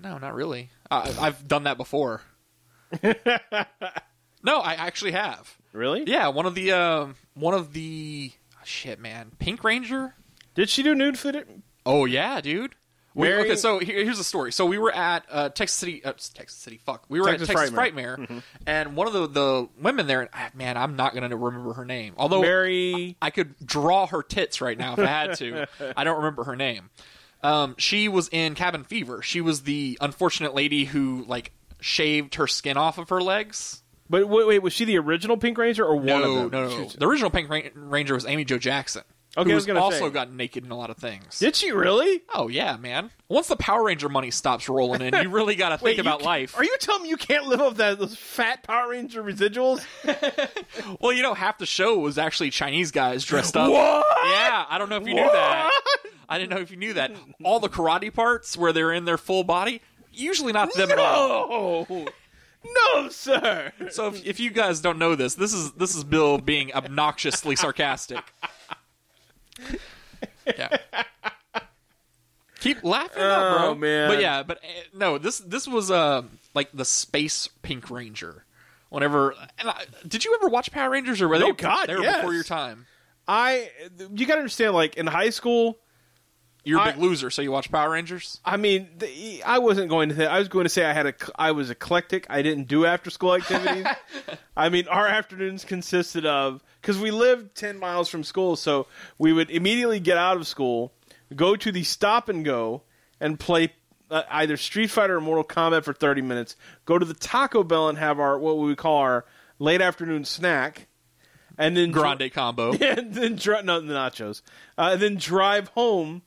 [SPEAKER 4] No, not really. I, I've done
[SPEAKER 3] *laughs*
[SPEAKER 4] that before. no, I actually have.
[SPEAKER 3] Really?
[SPEAKER 4] Yeah, one of the um, one of the ah, shit, man, Pink Ranger.
[SPEAKER 3] Did she do nude fit?
[SPEAKER 4] Oh yeah, dude. We-
[SPEAKER 3] Mary-
[SPEAKER 4] okay, so here, here's the story. So we were at uh, Texas City, uh, Texas City. Fuck, we were
[SPEAKER 3] Texas
[SPEAKER 4] at Texas
[SPEAKER 3] Frightmare. Mm-hmm.
[SPEAKER 4] Frightmare, and one of the the women there. and, ah, Man, I'm not gonna remember her name. Although
[SPEAKER 3] Mary.
[SPEAKER 4] I could draw her tits right now if I had to. I don't remember her name. Um, she was in Cabin Fever. She was the unfortunate lady who like shaved her skin off of her legs.
[SPEAKER 3] But wait, wait, was she the original Pink Ranger or one
[SPEAKER 4] no,
[SPEAKER 3] of them?
[SPEAKER 4] no, no, no.
[SPEAKER 3] She-
[SPEAKER 4] The original Pink Ran- Ranger was Amy Jo Jackson.
[SPEAKER 3] Okay,
[SPEAKER 4] who
[SPEAKER 3] I was gonna
[SPEAKER 4] also
[SPEAKER 3] say.
[SPEAKER 4] got naked in a lot of things.
[SPEAKER 3] Did she really?
[SPEAKER 4] Oh yeah, man. Once the Power Ranger money stops rolling in, you really got to
[SPEAKER 3] Wait,
[SPEAKER 4] think
[SPEAKER 3] you
[SPEAKER 4] about
[SPEAKER 3] ca-
[SPEAKER 4] life.
[SPEAKER 3] Are you telling me you can't live off that those fat Power Ranger
[SPEAKER 4] *laughs*
[SPEAKER 3] residuals?
[SPEAKER 4] well, you know, half the show was actually Chinese guys dressed up.
[SPEAKER 3] What?
[SPEAKER 4] Yeah, I don't know if you knew that. I didn't know if you knew that. All the karate parts where they're in their full body, usually not them at all.
[SPEAKER 3] No, no, sir.
[SPEAKER 4] So if, if you guys don't know this, this is this is Bill being obnoxiously sarcastic. Yeah. Keep laughing, up, bro.
[SPEAKER 3] Oh, man.
[SPEAKER 4] But yeah, but uh, no, this this was uh, like the space Pink Ranger. Whenever, and I, did you ever watch Power Rangers or were
[SPEAKER 3] Oh,
[SPEAKER 4] they
[SPEAKER 3] God,
[SPEAKER 4] they were
[SPEAKER 3] yes.
[SPEAKER 4] before your time?
[SPEAKER 3] I, you gotta understand, like in high school,
[SPEAKER 4] You're a
[SPEAKER 3] I-
[SPEAKER 4] big loser, so you watch Power Rangers.
[SPEAKER 3] I mean, the, I wasn't going to. Th- I was going to say I had a. c- I was eclectic. I didn't do after school activities. I mean, our afternoons consisted of because we lived ten miles from school, so we would immediately get out of school, go to the stop and go, and play. Uh, either Street Fighter or Mortal Kombat for 30 minutes, go to the Taco Bell and have our, what we would call our late afternoon snack, and then
[SPEAKER 4] Grande combo.
[SPEAKER 3] *laughs* and then dri- no the nachos. Uh, and then drive home,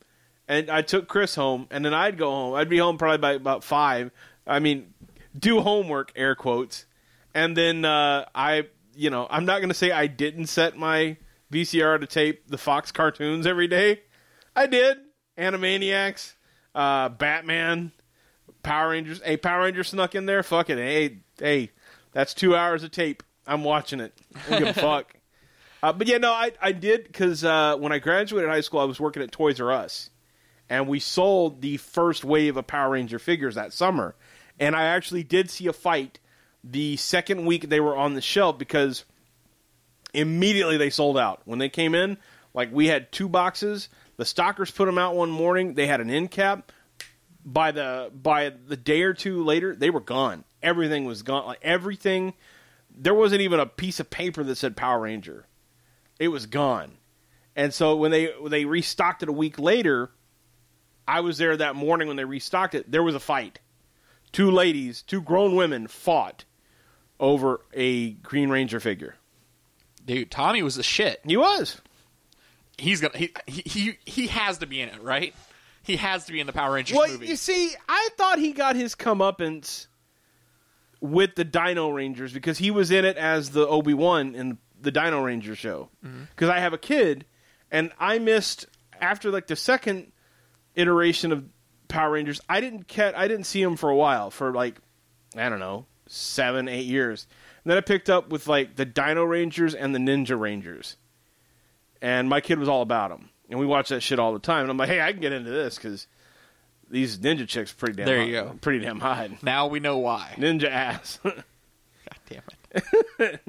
[SPEAKER 3] and I took Chris home, and then I'd go home. I'd be home probably by about five. I mean, do homework, air quotes, and then uh, I, you know, I'm not gonna say I didn't set my VCR to tape the Fox cartoons every day. I did Animaniacs, uh, Batman, Power Rangers. Hey, Power Rangers snuck in there. Fuck it. Hey, hey, that's two hours of tape. I'm watching it. I don't give a fuck. Uh, but yeah, no, I I did because uh, when I graduated high school, I was working at Toys R Us, and we sold the first wave of Power Ranger figures that summer, and I actually did see a fight the second week they were on the shelf because immediately they sold out when they came in. Like we had two boxes, the stockers put them out one morning. They had an end cap. By the by, the day or two later, they were gone. Everything was gone. Like everything, there wasn't even a piece of paper that said Power Ranger it was gone. And so when they when they restocked it a week later, I was there that morning when they restocked it. There was a fight. Two ladies, two grown women fought over a Green Ranger figure.
[SPEAKER 4] *laughs* Dude, Tommy was a shit.
[SPEAKER 3] He was.
[SPEAKER 4] He's gonna he he he, he has to be in it, right? He has to be in the Power Rangers
[SPEAKER 3] Well,
[SPEAKER 4] movie.
[SPEAKER 3] you see, I thought he got his comeuppance with the Dino Rangers because he was in it as the Obi Wan in the Dino Ranger show. Because I have a kid, and I missed after like the second iteration of Power Rangers. I didn't cat. I didn't see them for a while, for like I don't know, seven, eight years. And then I picked up with like the Dino Rangers and the Ninja Rangers, and my kid was all about them. And we watched that shit all the time. And I'm like, hey, I can get into this because these ninja chicks are pretty damn.
[SPEAKER 4] There
[SPEAKER 3] hot,
[SPEAKER 4] you go.
[SPEAKER 3] Pretty damn hot. *laughs*
[SPEAKER 4] Now we know why.
[SPEAKER 3] Ninja ass. *laughs*
[SPEAKER 4] God damn it. *laughs*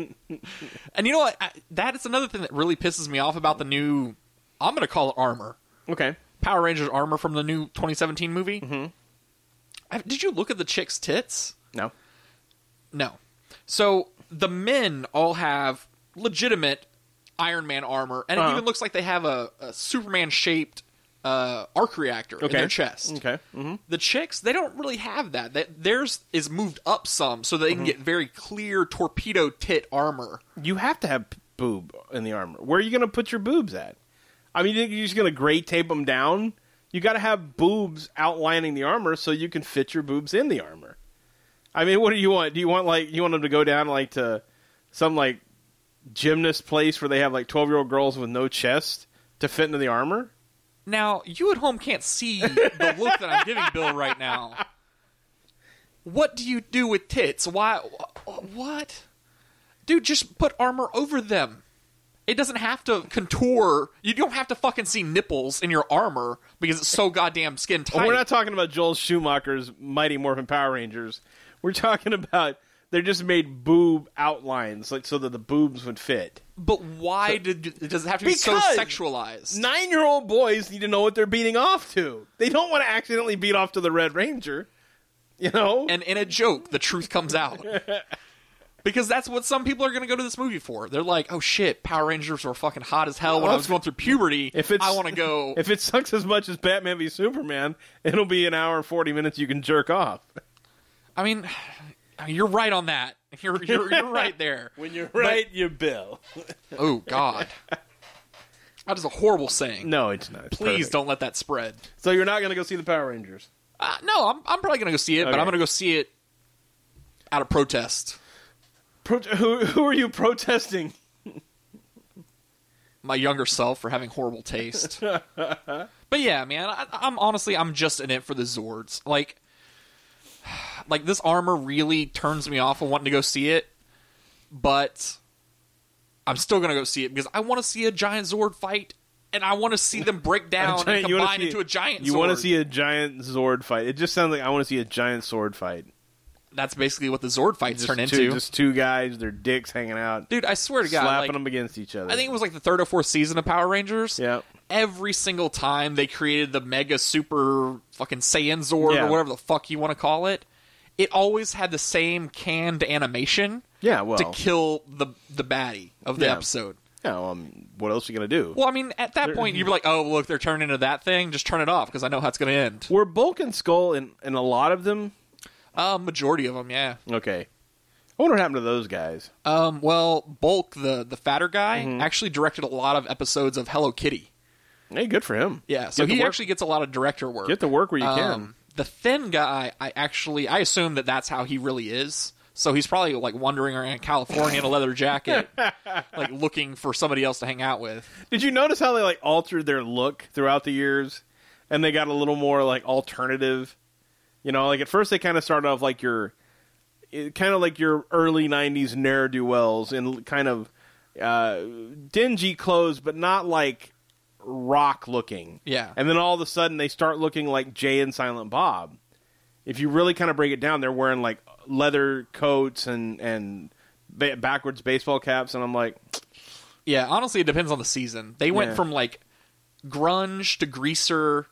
[SPEAKER 4] and you know what? I, that is another thing that really pisses me off about the new. I'm going to call it armor.
[SPEAKER 3] okay.
[SPEAKER 4] Power Rangers armor from the new 2017 movie. Mm-hmm. I, did you look at the chick's tits?
[SPEAKER 3] No.
[SPEAKER 4] No. So the men all have legitimate Iron Man armor, and
[SPEAKER 3] Uh-huh.
[SPEAKER 4] it even looks like they have a, a Superman shaped uh, arc reactor in
[SPEAKER 3] Okay.
[SPEAKER 4] their chest.
[SPEAKER 3] Okay. Mm-hmm.
[SPEAKER 4] The chicks, they don't really have that. That theirs is moved up some, so
[SPEAKER 3] Uh-huh.
[SPEAKER 4] they can get very clear torpedo tit armor.
[SPEAKER 3] You have to have p- boob in the armor. Where are you going to put your boobs at? I mean, you think you're just going to gray tape them down? You got to have boobs outlining the armor so you can fit your boobs in the armor. I mean, what do you want? Do you want like you want them to go down like to some like gymnast place where they have like 12-year-old girls with no chest to fit into the armor?
[SPEAKER 4] Now, you at home can't see the look that I'm giving Bill right now. What do you do with tits? Why? wh- What? Dude, just put armor over them. It doesn't have to contour. You don't have to fucking see nipples in your armor because it's so goddamn skin tight.
[SPEAKER 3] But we're not talking about Joel Schumacher's Mighty Morphin Power Rangers. We're talking about they're just made boob outlines like so that the boobs would fit.
[SPEAKER 4] but why did, does it have to be so
[SPEAKER 3] Because-
[SPEAKER 4] sexualized?
[SPEAKER 3] nine year old boys need to know what they're beating off to. They don't want to accidentally beat off to the Red Ranger. You know?
[SPEAKER 4] and in a joke, the truth comes *laughs* out. Because that's what some people are going to go to this movie for. They're like, "Oh shit, Power Rangers were fucking hot as hell when I was going through puberty.
[SPEAKER 3] if it's
[SPEAKER 4] I want to *laughs* go."
[SPEAKER 3] *laughs* If it sucks as much as Batman v Superman, it'll be an hour and forty minutes you can jerk off.
[SPEAKER 4] I mean, I mean, you're right on that. *laughs* You're you're, you're right there.
[SPEAKER 3] you're right, you bill.
[SPEAKER 4] oh god, that is a horrible saying.
[SPEAKER 3] No, it's not. It's
[SPEAKER 4] *laughs* Please
[SPEAKER 3] perfect.
[SPEAKER 4] don't let that spread.
[SPEAKER 3] So you're not gonna go see the Power Rangers.
[SPEAKER 4] Uh, no, I'm I'm probably going to go see it, but
[SPEAKER 3] Okay.
[SPEAKER 4] I'm going to go see it out of protest.
[SPEAKER 3] Pro- who who are you
[SPEAKER 4] *laughs*
[SPEAKER 3] protesting?
[SPEAKER 4] my younger self for having horrible taste.
[SPEAKER 3] *laughs*
[SPEAKER 4] but yeah, man, I, I'm honestly I'm just in it for the Zords. Like, like this armor really turns me off of wanting to go see it, but I'm still gonna go see it because I want to see a giant Zord fight, and I want to see them
[SPEAKER 3] *laughs*
[SPEAKER 4] break down
[SPEAKER 3] Giant-
[SPEAKER 4] and
[SPEAKER 3] you wanna
[SPEAKER 4] combine
[SPEAKER 3] see-
[SPEAKER 4] into a giant.
[SPEAKER 3] You
[SPEAKER 4] Zord.
[SPEAKER 3] want to see a giant Zord fight? It just sounds like I want to see a giant sword fight.
[SPEAKER 4] That's basically what the Zord fights turn
[SPEAKER 3] Just
[SPEAKER 4] into.
[SPEAKER 3] two, just two guys, their dicks hanging out,
[SPEAKER 4] Dude, I swear to God,
[SPEAKER 3] slapping
[SPEAKER 4] like,
[SPEAKER 3] them against each other.
[SPEAKER 4] I think it was like the third or fourth season of Power Rangers.
[SPEAKER 3] Yeah.
[SPEAKER 4] Every single time they created the mega super fucking Saiyan Zord
[SPEAKER 3] Yeah.
[SPEAKER 4] or whatever the fuck you want to call it, it always had the same canned animation
[SPEAKER 3] yeah, well,
[SPEAKER 4] to kill the the baddie of the
[SPEAKER 3] Yeah.
[SPEAKER 4] episode.
[SPEAKER 3] Yeah, well, um, what else are you gonna do?
[SPEAKER 4] Well, I mean, at that point, you'd be like, oh, look, they're turning into that thing. Just turn it off because I know how it's going to end.
[SPEAKER 3] Were Bulk and Skull in, in a lot of them?
[SPEAKER 4] Uh, majority of them, yeah.
[SPEAKER 3] Okay, I wonder what happened to those guys.
[SPEAKER 4] Um, well, Bulk, the, the fatter guy,
[SPEAKER 3] Mm-hmm.
[SPEAKER 4] actually directed a lot of episodes of Hello Kitty.
[SPEAKER 3] Hey, good for him.
[SPEAKER 4] Yeah, so
[SPEAKER 3] Get to
[SPEAKER 4] he
[SPEAKER 3] work-
[SPEAKER 4] actually gets a lot of director work.
[SPEAKER 3] get to work where you
[SPEAKER 4] Um, the thin guy, I actually, I assume that that's how he really is. So he's probably like wandering around California in a
[SPEAKER 3] *laughs*
[SPEAKER 4] leather jacket, like looking for somebody else to hang out with.
[SPEAKER 3] can. Did you notice how they like altered their look throughout the years, and they got a little more like alternative? You know, like at first they kind of started off like your, kind of like your early '90s ne'er do wells in kind of uh, dingy clothes, but not like rock looking.
[SPEAKER 4] Yeah.
[SPEAKER 3] And then all of a sudden they start looking like Jay and Silent Bob. If you really kind of break it down, they're wearing like leather coats and and ba- backwards baseball caps, and I'm like,
[SPEAKER 4] Yeah, honestly, it depends on the season. They went
[SPEAKER 3] Yeah.
[SPEAKER 4] from like grunge to greaser,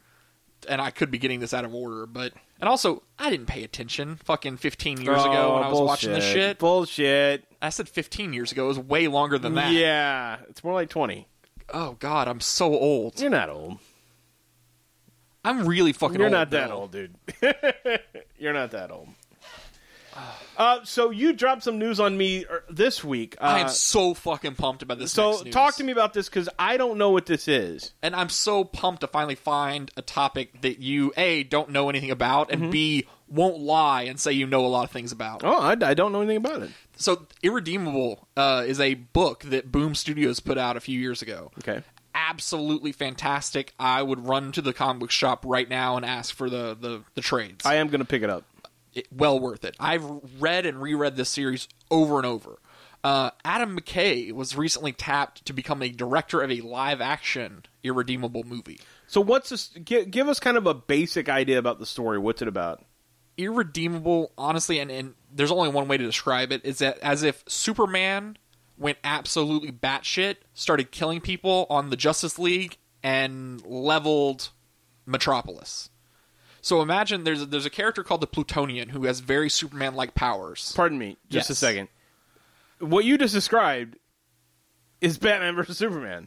[SPEAKER 4] and I could be getting this out of order, but and also I didn't pay attention fucking 15 years ago when I was
[SPEAKER 3] "Oh,
[SPEAKER 4] watching this
[SPEAKER 3] bullshit.
[SPEAKER 4] shit.
[SPEAKER 3] Bullshit.
[SPEAKER 4] I said 15 years ago. It was way longer than that.
[SPEAKER 3] Yeah, it's more like twenty.
[SPEAKER 4] Oh God, I'm so old.
[SPEAKER 3] You're not old.
[SPEAKER 4] I'm really fucking.
[SPEAKER 3] You're
[SPEAKER 4] old,
[SPEAKER 3] not that
[SPEAKER 4] Bill.
[SPEAKER 3] old, dude. *laughs* You're not that old. Uh, so you dropped some news on me er, this week. Uh,
[SPEAKER 4] I am so fucking pumped about this.
[SPEAKER 3] so
[SPEAKER 4] next news.
[SPEAKER 3] talk to me about this because I don't know what this is.
[SPEAKER 4] and I'm so pumped to finally find a topic that you a don't know anything about, and b won't lie and say you know a lot of things about.
[SPEAKER 3] Mm-hmm. Oh, I, I don't know anything about it.
[SPEAKER 4] So, Irredeemable uh, is a book that Boom Studios put out a few years ago.
[SPEAKER 3] Okay.
[SPEAKER 4] absolutely fantastic. I would run to the comic book shop right now and ask for the the, the trades.
[SPEAKER 3] I am going to pick it up.
[SPEAKER 4] It- well worth it. I've read and reread this series over and over. Uh, Adam McKay was recently tapped to become a director of a live action irredeemable movie.
[SPEAKER 3] So what's this? Give, give us kind of a basic idea about the story. What's it about?
[SPEAKER 4] irredeemable, honestly, and, and there's only one way to describe it, is that as if Superman went absolutely batshit, started killing people on the Justice League, and leveled Metropolis. So imagine there's a, there's a character called the Plutonian who has very Superman like powers.
[SPEAKER 3] *laughs* Pardon me, just a
[SPEAKER 4] Yes.
[SPEAKER 3] second. What you just described is Batman versus Superman.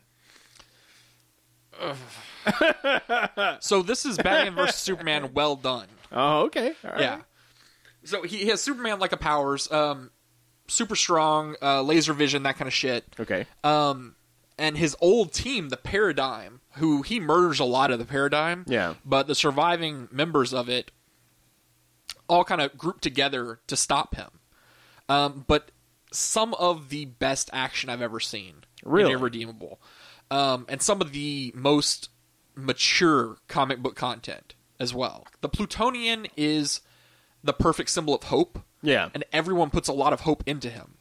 [SPEAKER 4] So this is Batman versus Superman well done.
[SPEAKER 3] Oh, okay. All right.
[SPEAKER 4] Yeah. So he he has Superman like powers, um, super strong, uh, laser vision, that kind of shit.
[SPEAKER 3] Okay.
[SPEAKER 4] Um, and his old team, the Paradigm, who he murders a lot of the Paradigm.
[SPEAKER 3] Yeah.
[SPEAKER 4] But the surviving members of it all kind of group together to stop him. Um, but some of the best action I've ever seen. in
[SPEAKER 3] Really?
[SPEAKER 4] Irredeemable. Um, and some of the most mature comic book content as well. The Plutonian is the perfect symbol of hope
[SPEAKER 3] Yeah.
[SPEAKER 4] and everyone puts a lot of hope into him.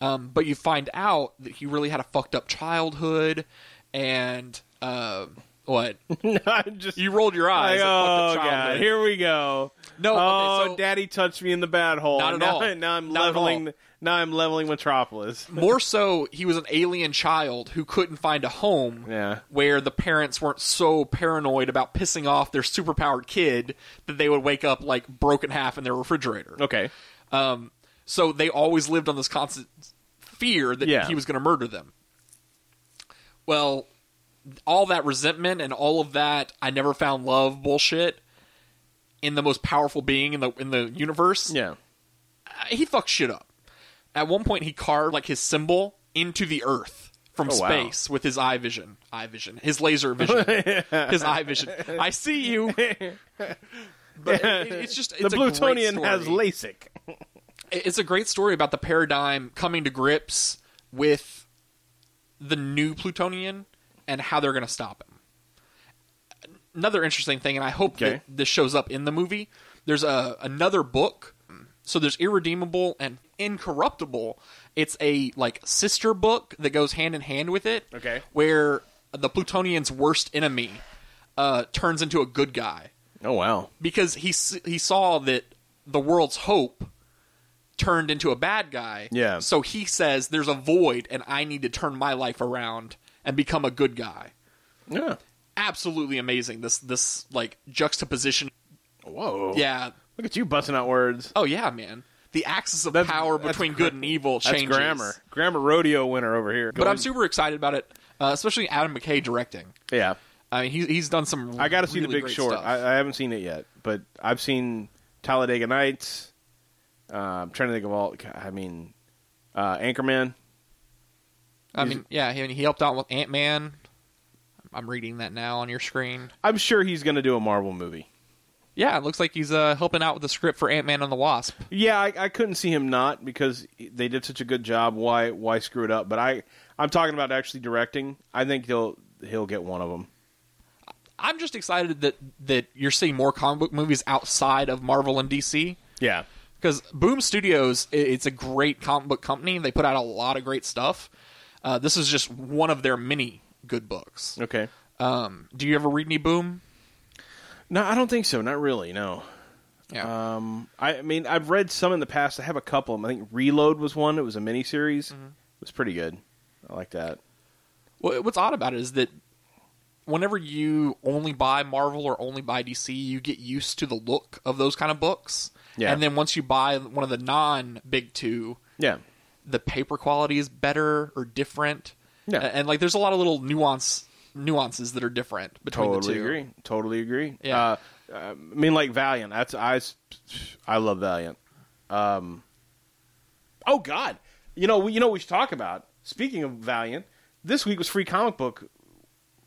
[SPEAKER 4] Um, but you find out that he really had a fucked up childhood, and uh,
[SPEAKER 3] *laughs*
[SPEAKER 4] what
[SPEAKER 3] *laughs* I'm just
[SPEAKER 4] you rolled your eyes.
[SPEAKER 3] like,
[SPEAKER 4] at
[SPEAKER 3] oh
[SPEAKER 4] fucked up
[SPEAKER 3] god,
[SPEAKER 4] childhood.
[SPEAKER 3] here we go.
[SPEAKER 4] No,
[SPEAKER 3] oh,
[SPEAKER 4] okay, so-
[SPEAKER 3] Daddy touched me in the bad hole.
[SPEAKER 4] Not at
[SPEAKER 3] now,
[SPEAKER 4] all.
[SPEAKER 3] Now I'm
[SPEAKER 4] Not at
[SPEAKER 3] leveling.
[SPEAKER 4] all.
[SPEAKER 3] Now I'm leveling Metropolis.
[SPEAKER 4] More so, he was an alien child who couldn't find a home
[SPEAKER 3] Yeah.
[SPEAKER 4] where the parents weren't so paranoid about pissing off their superpowered kid that they would wake up like broken half in their refrigerator.
[SPEAKER 3] Okay.
[SPEAKER 4] Um, so they always lived on this constant fear that
[SPEAKER 3] Yeah.
[SPEAKER 4] he was going to murder them. Well, all that resentment and all of that I never found love bullshit in the most powerful being in the in the universe.
[SPEAKER 3] Yeah.
[SPEAKER 4] uh, he fucked shit up. At one point, he carved like his symbol into the earth from
[SPEAKER 3] Oh, wow.
[SPEAKER 4] space with his eye vision, eye vision, his
[SPEAKER 3] *laughs*
[SPEAKER 4] laser vision, his eye vision. I see you. But it- it's just
[SPEAKER 3] *laughs*
[SPEAKER 4] it's
[SPEAKER 3] the
[SPEAKER 4] a great
[SPEAKER 3] Plutonian has
[SPEAKER 4] story
[SPEAKER 3] LASIK.
[SPEAKER 4] it's a great story about the paradigm coming to grips with the new plutonian and how they're going to stop him another interesting thing and i hope
[SPEAKER 3] Okay.
[SPEAKER 4] that this shows up in the movie there's a another book so there's irredeemable and incorruptible it's a like sister book that goes hand in hand with it
[SPEAKER 3] Okay.
[SPEAKER 4] where the plutonian's worst enemy uh, turns into a good guy
[SPEAKER 3] Oh wow.
[SPEAKER 4] because he s- he saw that the world's hope turned into a bad guy.
[SPEAKER 3] Yeah.
[SPEAKER 4] So he says there's a void and I need to turn my life around and become a good guy.
[SPEAKER 3] Yeah.
[SPEAKER 4] Absolutely amazing. This this like juxtaposition.
[SPEAKER 3] Whoa.
[SPEAKER 4] Yeah.
[SPEAKER 3] Look at you busting out words.
[SPEAKER 4] Oh yeah, man. The axis of
[SPEAKER 3] That's-
[SPEAKER 4] power
[SPEAKER 3] that's
[SPEAKER 4] between
[SPEAKER 3] gra-
[SPEAKER 4] good and evil
[SPEAKER 3] That's
[SPEAKER 4] changes.
[SPEAKER 3] grammar. Grammar rodeo winner over here.
[SPEAKER 4] But I'm super excited about it, uh, especially Adam McKay directing.
[SPEAKER 3] Yeah.
[SPEAKER 4] I mean, he, he's done some.
[SPEAKER 3] I got to see
[SPEAKER 4] really
[SPEAKER 3] the Big
[SPEAKER 4] great
[SPEAKER 3] Short.
[SPEAKER 4] stuff.
[SPEAKER 3] I, I haven't seen it yet, but I've seen Talladega Nights. Uh, I'm trying to think of all. I mean, uh, Anchorman.
[SPEAKER 4] I mean, yeah, he, he helped out with Ant Man. I'm reading that now on your screen.
[SPEAKER 3] I'm sure he's going to do a Marvel movie.
[SPEAKER 4] Yeah, it looks like he's uh, helping out with the script for Ant Man and the Wasp.
[SPEAKER 3] Yeah, I, I couldn't see him not because they did such a good job. Why why screw it up? But I I'm talking about actually directing. I think he'll he'll get one of them.
[SPEAKER 4] I'm just excited that that you're seeing more comic book movies outside of Marvel and DC
[SPEAKER 3] Yeah.
[SPEAKER 4] because Boom Studios i- it's a great comic book company. They put out a lot of great stuff. Uh, this is just one of their many good books.
[SPEAKER 3] Okay.
[SPEAKER 4] Um, do you ever read any Boom?
[SPEAKER 3] No, I don't think so. Not really. No.
[SPEAKER 4] Yeah,
[SPEAKER 3] Um, I, I mean, I've read some in the past. I have a couple. of 'em. I think Reload was one. It was a miniseries. It was pretty good. I like that.
[SPEAKER 4] Wha- What's odd about it is that whenever you only buy Marvel or only buy DC, you get used to the look of those kind of books.
[SPEAKER 3] Yeah.
[SPEAKER 4] And then once you buy one of the non big two,
[SPEAKER 3] Yeah.
[SPEAKER 4] the paper quality is better or different.
[SPEAKER 3] Yeah.
[SPEAKER 4] A- And, like there's a lot of little nuance nuances that are different between the
[SPEAKER 3] Totally
[SPEAKER 4] two.
[SPEAKER 3] agree. Totally agree.
[SPEAKER 4] Yeah.
[SPEAKER 3] Uh, I mean, like Valiant. That's I. s- I love Valiant. Um. Oh God. You know. We, you know. what We should talk about. Speaking of Valiant, this week was free comic book.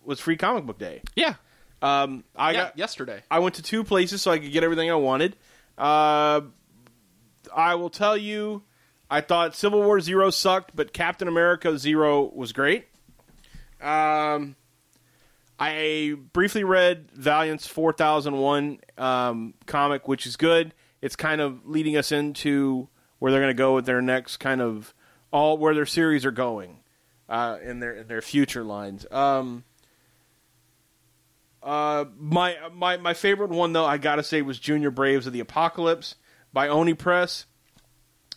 [SPEAKER 3] Was free comic book day.
[SPEAKER 4] Yeah.
[SPEAKER 3] Um. I
[SPEAKER 4] yeah,
[SPEAKER 3] got.
[SPEAKER 4] yesterday.
[SPEAKER 3] I went to two places so I could get everything I wanted. Uh, I will tell you, I thought Civil War Zero sucked, but Captain America Zero was great. Um, I briefly read Valiant's 4001 um, comic, which is good. It's kind of leading us into where they're going to go with their next kind of all where their series are going uh, in their in their future lines. Um, uh, my my my favorite one though I gotta say was Junior Braves of the Apocalypse by Oni Press.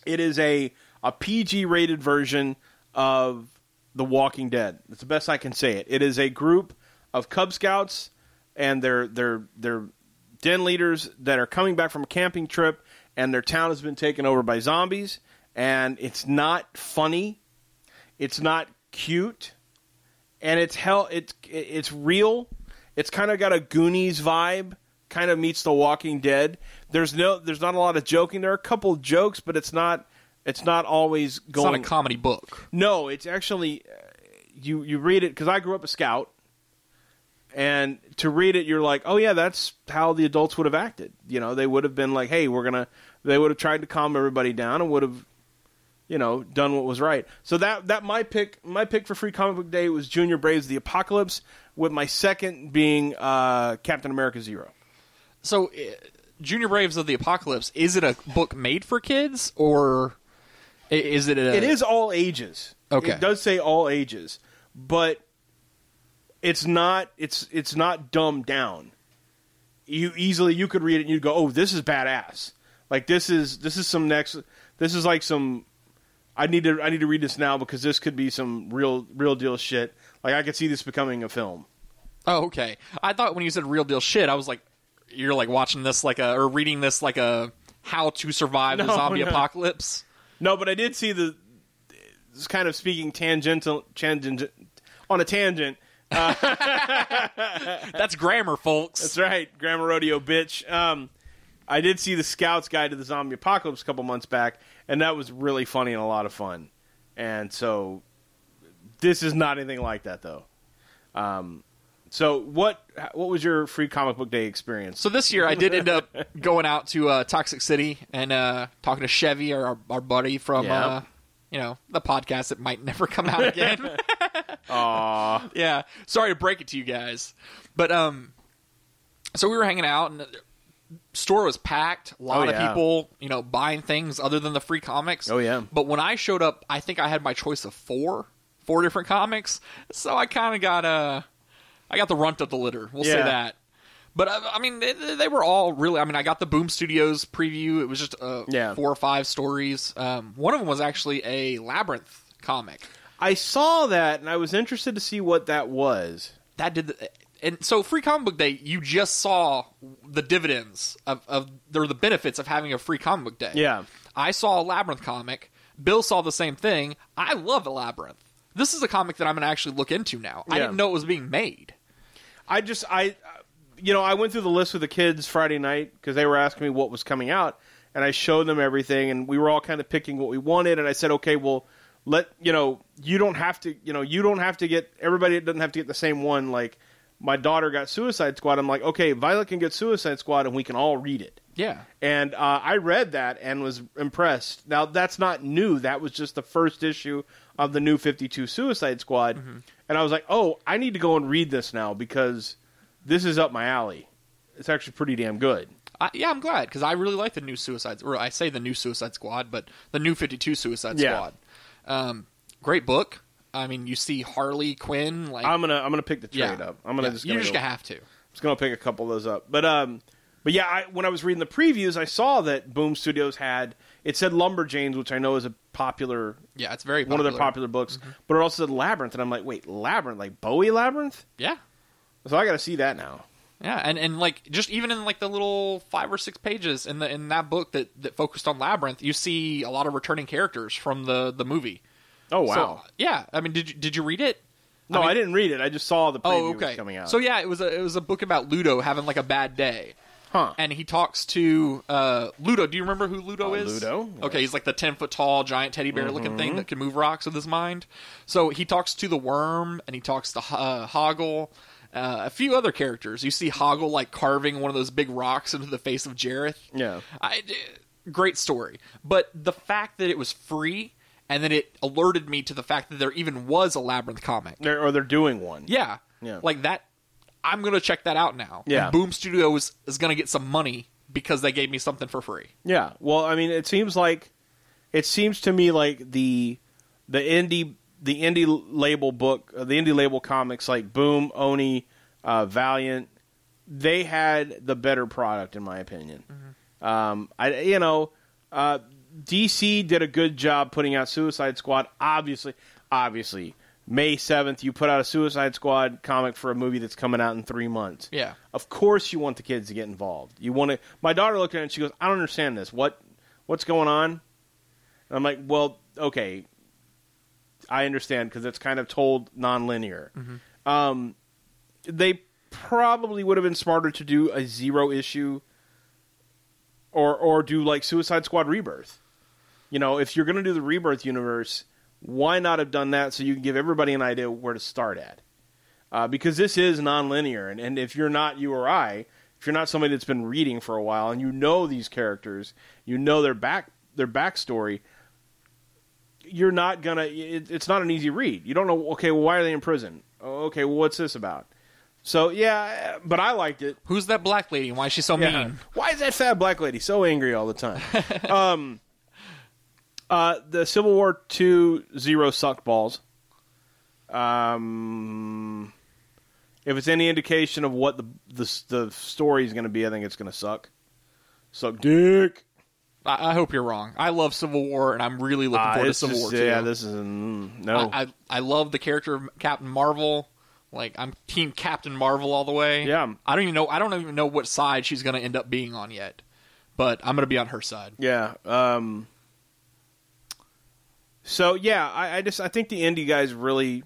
[SPEAKER 3] It is a a PG rated version of The Walking Dead. That's the best I can say it. It is a group of Cub Scouts and their their their den leaders that are coming back from a camping trip and their town has been taken over by zombies and it's not funny. It's not cute. And it's hell it's it's real. It's kind of got a Goonies vibe, kind of meets The Walking Dead. There's no there's not a lot of joking. There are a couple jokes, but it's not it's not always
[SPEAKER 4] It's
[SPEAKER 3] going
[SPEAKER 4] not a comedy book.
[SPEAKER 3] no, it's actually uh, you you read it because I grew up a scout, and to read it, you're like, oh yeah, that's how the adults would have acted. You know, they would have been like, hey, we're gonna. They would have tried to calm everybody down and would have, you know, done what was right. So that that my pick my pick for free comic book day was Junior Braves of the Apocalypse, with my second being uh, Captain America Zero.
[SPEAKER 4] So, uh, Junior Braves of the Apocalypse is it a book made for kids or i- is it a?
[SPEAKER 3] It is all ages.
[SPEAKER 4] Uh, Okay.
[SPEAKER 3] It does say all ages, but it's not it's it's not dumbed down. You easily you could read it and you'd go, "Oh, this is badass." Like this is this is some next this is like some I need to I need to read this now because this could be some real real deal shit. Like I could see this becoming a film.
[SPEAKER 4] Oh, okay. I thought when you said real deal shit, I was like, you're like watching this like a or reading this like a how to survive the
[SPEAKER 3] No,
[SPEAKER 4] zombie
[SPEAKER 3] no.
[SPEAKER 4] apocalypse.
[SPEAKER 3] No, but I did see the it's kind of speaking tangential tangent on a tangent.
[SPEAKER 4] That's grammar, folks.
[SPEAKER 3] Uh, That's right, Grammar Rodeo bitch. Um, I did see the Scouts Guide to the Zombie Apocalypse a couple months back, and that was really funny and a lot of fun. And so, this is not anything like that, though. Um, so what what was your free comic book day experience?
[SPEAKER 4] So this year I did
[SPEAKER 3] *laughs*
[SPEAKER 4] end up going out to uh, Toxic City and uh, talking to Chevy, our, our, our buddy from
[SPEAKER 3] Yeah.
[SPEAKER 4] uh, you know the podcast that might never come out again.
[SPEAKER 3] *laughs* Aw,
[SPEAKER 4] *laughs* yeah, sorry to break it to you guys, but um, so we were hanging out and the store was packed. A lot
[SPEAKER 3] Oh,
[SPEAKER 4] of
[SPEAKER 3] yeah.
[SPEAKER 4] people, you know, buying things other than the free comics.
[SPEAKER 3] Oh, yeah.
[SPEAKER 4] But when I showed up, I think I had my choice of four four different comics, so I kind of got uh, I got the runt of the litter. We'll say
[SPEAKER 3] Yeah.
[SPEAKER 4] that. But uh, I, I mean, they, they were all really. I mean, I got the Boom Studios preview. It was just uh,
[SPEAKER 3] Yeah.
[SPEAKER 4] four or five stories. Um, one of them was actually a Labyrinth comic.
[SPEAKER 3] I saw that and I was interested to see what that was.
[SPEAKER 4] that did the, and so free comic book day you just saw the dividends of, of or the benefits of having a free comic book day
[SPEAKER 3] Yeah.
[SPEAKER 4] i saw a labyrinth comic bill saw the same thing i love a labyrinth this is a comic that i'm gonna actually look into now i
[SPEAKER 3] Yeah.
[SPEAKER 4] didn't know it was being made
[SPEAKER 3] I just I, you know, I went through the list with the kids Friday night because they were asking me what was coming out, and I showed them everything, and we were all kind of picking what we wanted, and I said, okay, well, let you know, you don't have to, you know, you don't have to get everybody doesn't have to get the same one. Like my daughter got Suicide Squad, I'm like, okay, Violet can get Suicide Squad, and we can all read it.
[SPEAKER 4] yeah
[SPEAKER 3] And uh, I read that and was impressed. Now that's not new. That was just the first issue of the new Fifty Two Suicide Squad,
[SPEAKER 4] Mm-hmm.
[SPEAKER 3] and I was like, "Oh, I need to go and read this now because this is up my alley. It's actually pretty damn good."
[SPEAKER 4] I, yeah i'm glad because i really like the new suicide or i say the new suicide squad but the new 52 suicide
[SPEAKER 3] Yeah.
[SPEAKER 4] squad um, great book i mean you see harley quinn like
[SPEAKER 3] I'm gonna I'm gonna pick the
[SPEAKER 4] yeah.
[SPEAKER 3] trade up. I'm gonna
[SPEAKER 4] Yeah.
[SPEAKER 3] just
[SPEAKER 4] you're
[SPEAKER 3] gonna
[SPEAKER 4] just
[SPEAKER 3] go-
[SPEAKER 4] gonna have to
[SPEAKER 3] just gonna pick a couple of those up. But um, but yeah, I, when I was reading the previews, I saw that Boom Studios had it said Lumberjanes, which I know is a popular
[SPEAKER 4] yeah it's very
[SPEAKER 3] one of their popular books,
[SPEAKER 4] Mm-hmm.
[SPEAKER 3] but it also said Labyrinth, and I'm like, wait, Labyrinth, like Bowie Labyrinth?
[SPEAKER 4] yeah
[SPEAKER 3] So I got to see that now.
[SPEAKER 4] Yeah, and, and like just even in like the little five or six pages in the in that book that, that focused on labyrinth, you see a lot of returning characters from the the movie.
[SPEAKER 3] Oh
[SPEAKER 4] So,
[SPEAKER 3] wow!
[SPEAKER 4] yeah, I mean, did you, did you read it?
[SPEAKER 3] no, I,
[SPEAKER 4] I mean-
[SPEAKER 3] didn't read it. I just saw the preview
[SPEAKER 4] Oh,
[SPEAKER 3] was
[SPEAKER 4] okay.
[SPEAKER 3] coming out.
[SPEAKER 4] So yeah, it was a it was a book about Ludo having like a bad day,
[SPEAKER 3] huh?
[SPEAKER 4] and he talks to uh, Ludo. Do you remember who Ludo is?
[SPEAKER 3] Uh, Ludo, Mm-hmm. yeah.
[SPEAKER 4] Okay, he's like the ten foot tall giant teddy bear looking thing that can move rocks with his mind. So he talks to the worm, and he talks to uh, Hoggle. Uh, a few other characters. You see Hoggle like carving one of those big rocks into the face of Jareth.
[SPEAKER 3] Yeah.
[SPEAKER 4] I, d- great story. But the fact that it was free and then it alerted me to the fact that there even was a Labyrinth comic.
[SPEAKER 3] They're, or they're doing one.
[SPEAKER 4] Yeah.
[SPEAKER 3] Yeah.
[SPEAKER 4] Like that I'm gonna check that out now.
[SPEAKER 3] Yeah.
[SPEAKER 4] And Boom Studios is gonna get some money because they gave me something for free.
[SPEAKER 3] Yeah. Well, I mean, it seems like it seems to me like the the indie the indie label book uh, the indie label comics like Boom, Oni, uh, Valiant, they had the better product in my opinion. Um, I you know, uh, DC did a good job putting out Suicide Squad. Obviously, obviously, May seventh, you put out a Suicide Squad comic for a movie that's coming out in three months.
[SPEAKER 4] Yeah.
[SPEAKER 3] Of course, you want the kids to get involved. You want to. My daughter looked at it and she goes, "I don't understand this. What, what's going on?" And I'm like, "Well, okay, I understand because it's kind of told nonlinear." Um, they probably would have been smarter to do a zero issue, or or do like Suicide Squad Rebirth. You know, if you're going to do the Rebirth universe, why not have done that so you can give everybody an idea where to start at? uh, because this is nonlinear. And, and if you're not you or I, if you're not somebody that's been reading for a while and you know these characters, you know their back their backstory, you're not gonna. It, it's not an easy read. You don't know. Okay, well, why are they in prison? Oh, okay, well, what's this about? So yeah, but I liked it.
[SPEAKER 4] Who's that black lady? and Why is she so
[SPEAKER 3] Yeah.
[SPEAKER 4] mean?
[SPEAKER 3] Why is that fat black lady so angry all the
[SPEAKER 4] *laughs*
[SPEAKER 3] time? um, uh, the Civil War two zero sucked balls. Um, if it's any indication of what the the, the story is going to be, I think it's going to suck. Suck dick.
[SPEAKER 4] I, I hope you're wrong. I love Civil War, and I'm really looking
[SPEAKER 3] Ah,
[SPEAKER 4] forward to
[SPEAKER 3] it's
[SPEAKER 4] Civil
[SPEAKER 3] just-
[SPEAKER 4] War too.
[SPEAKER 3] yeah, this is mm, no.
[SPEAKER 4] I, I I love the character of Captain Marvel. Like I'm Team Captain Marvel all the way.
[SPEAKER 3] Yeah.
[SPEAKER 4] I don't even know. I don't even know what side she's going to end up being on yet. But I'm going to be on her side.
[SPEAKER 3] Yeah. Um, so yeah, I, I just I think the indie guys really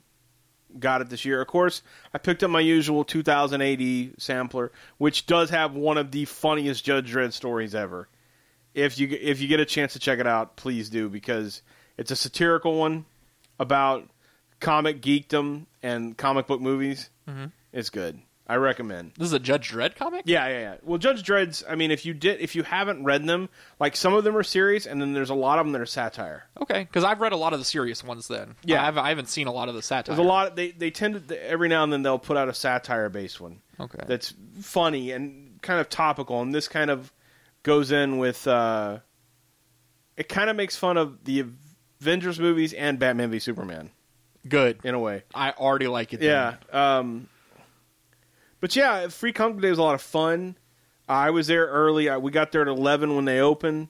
[SPEAKER 3] got it this year. Of course, I picked up my usual 2000 AD sampler, which does have one of the funniest Judge Dredd stories ever. If you if you get a chance to check it out, please do because it's a satirical one about comic geekdom and comic book movies. Mm-hmm. It's good. I recommend.
[SPEAKER 4] This is a Judge Dredd comic.
[SPEAKER 3] Yeah, yeah, yeah. Well, Judge Dredd's. I mean, if you did, if you haven't read them, like some of them are serious, and then there's a lot of them that are satire.
[SPEAKER 4] Okay, because I've read a lot of the serious ones. Then.
[SPEAKER 3] Yeah.
[SPEAKER 4] I haven't, I haven't seen a lot of the satire.
[SPEAKER 3] There's a lot. They they tend to every now and then they'll put out a satire based one.
[SPEAKER 4] Okay.
[SPEAKER 3] That's funny and kind of topical, and this kind of goes in with. uh It kind of makes fun of the Avengers movies and Batman v Superman
[SPEAKER 4] Good.
[SPEAKER 3] in a way.
[SPEAKER 4] I already like it.
[SPEAKER 3] Yeah. Um, but yeah, Free Comic Day was a lot of fun. I was there early. I, we got there at eleven when they opened,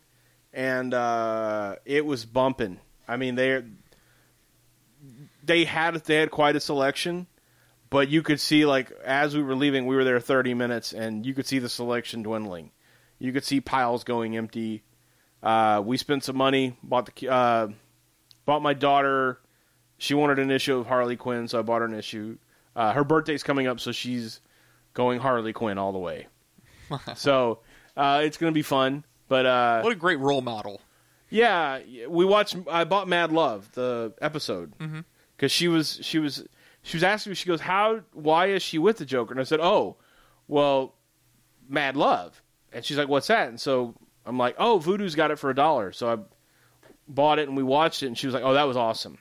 [SPEAKER 3] and uh, it was bumping. I mean, they they had they had quite a selection, but you could see like as we were leaving, we were there thirty minutes, and you could see the selection dwindling. You could see piles going empty. Uh, we spent some money, bought the uh, bought my daughter she wanted an issue of Harley Quinn, so I bought her an issue. Uh, her birthday's coming up, so she's going Harley Quinn all the way. so uh, it's going to be fun. But uh,
[SPEAKER 4] What a great role model.
[SPEAKER 3] yeah, we watched. I bought Mad Love the episode because she was she was she was asking me. She goes, "How? Why is she with the Joker?" And I said, "Oh, well, Mad Love." And she's like, "What's that?" And so I'm like, "Oh, Voodoo's got it for a dollar." So I bought it and we watched it, and she was like, "Oh, that was awesome."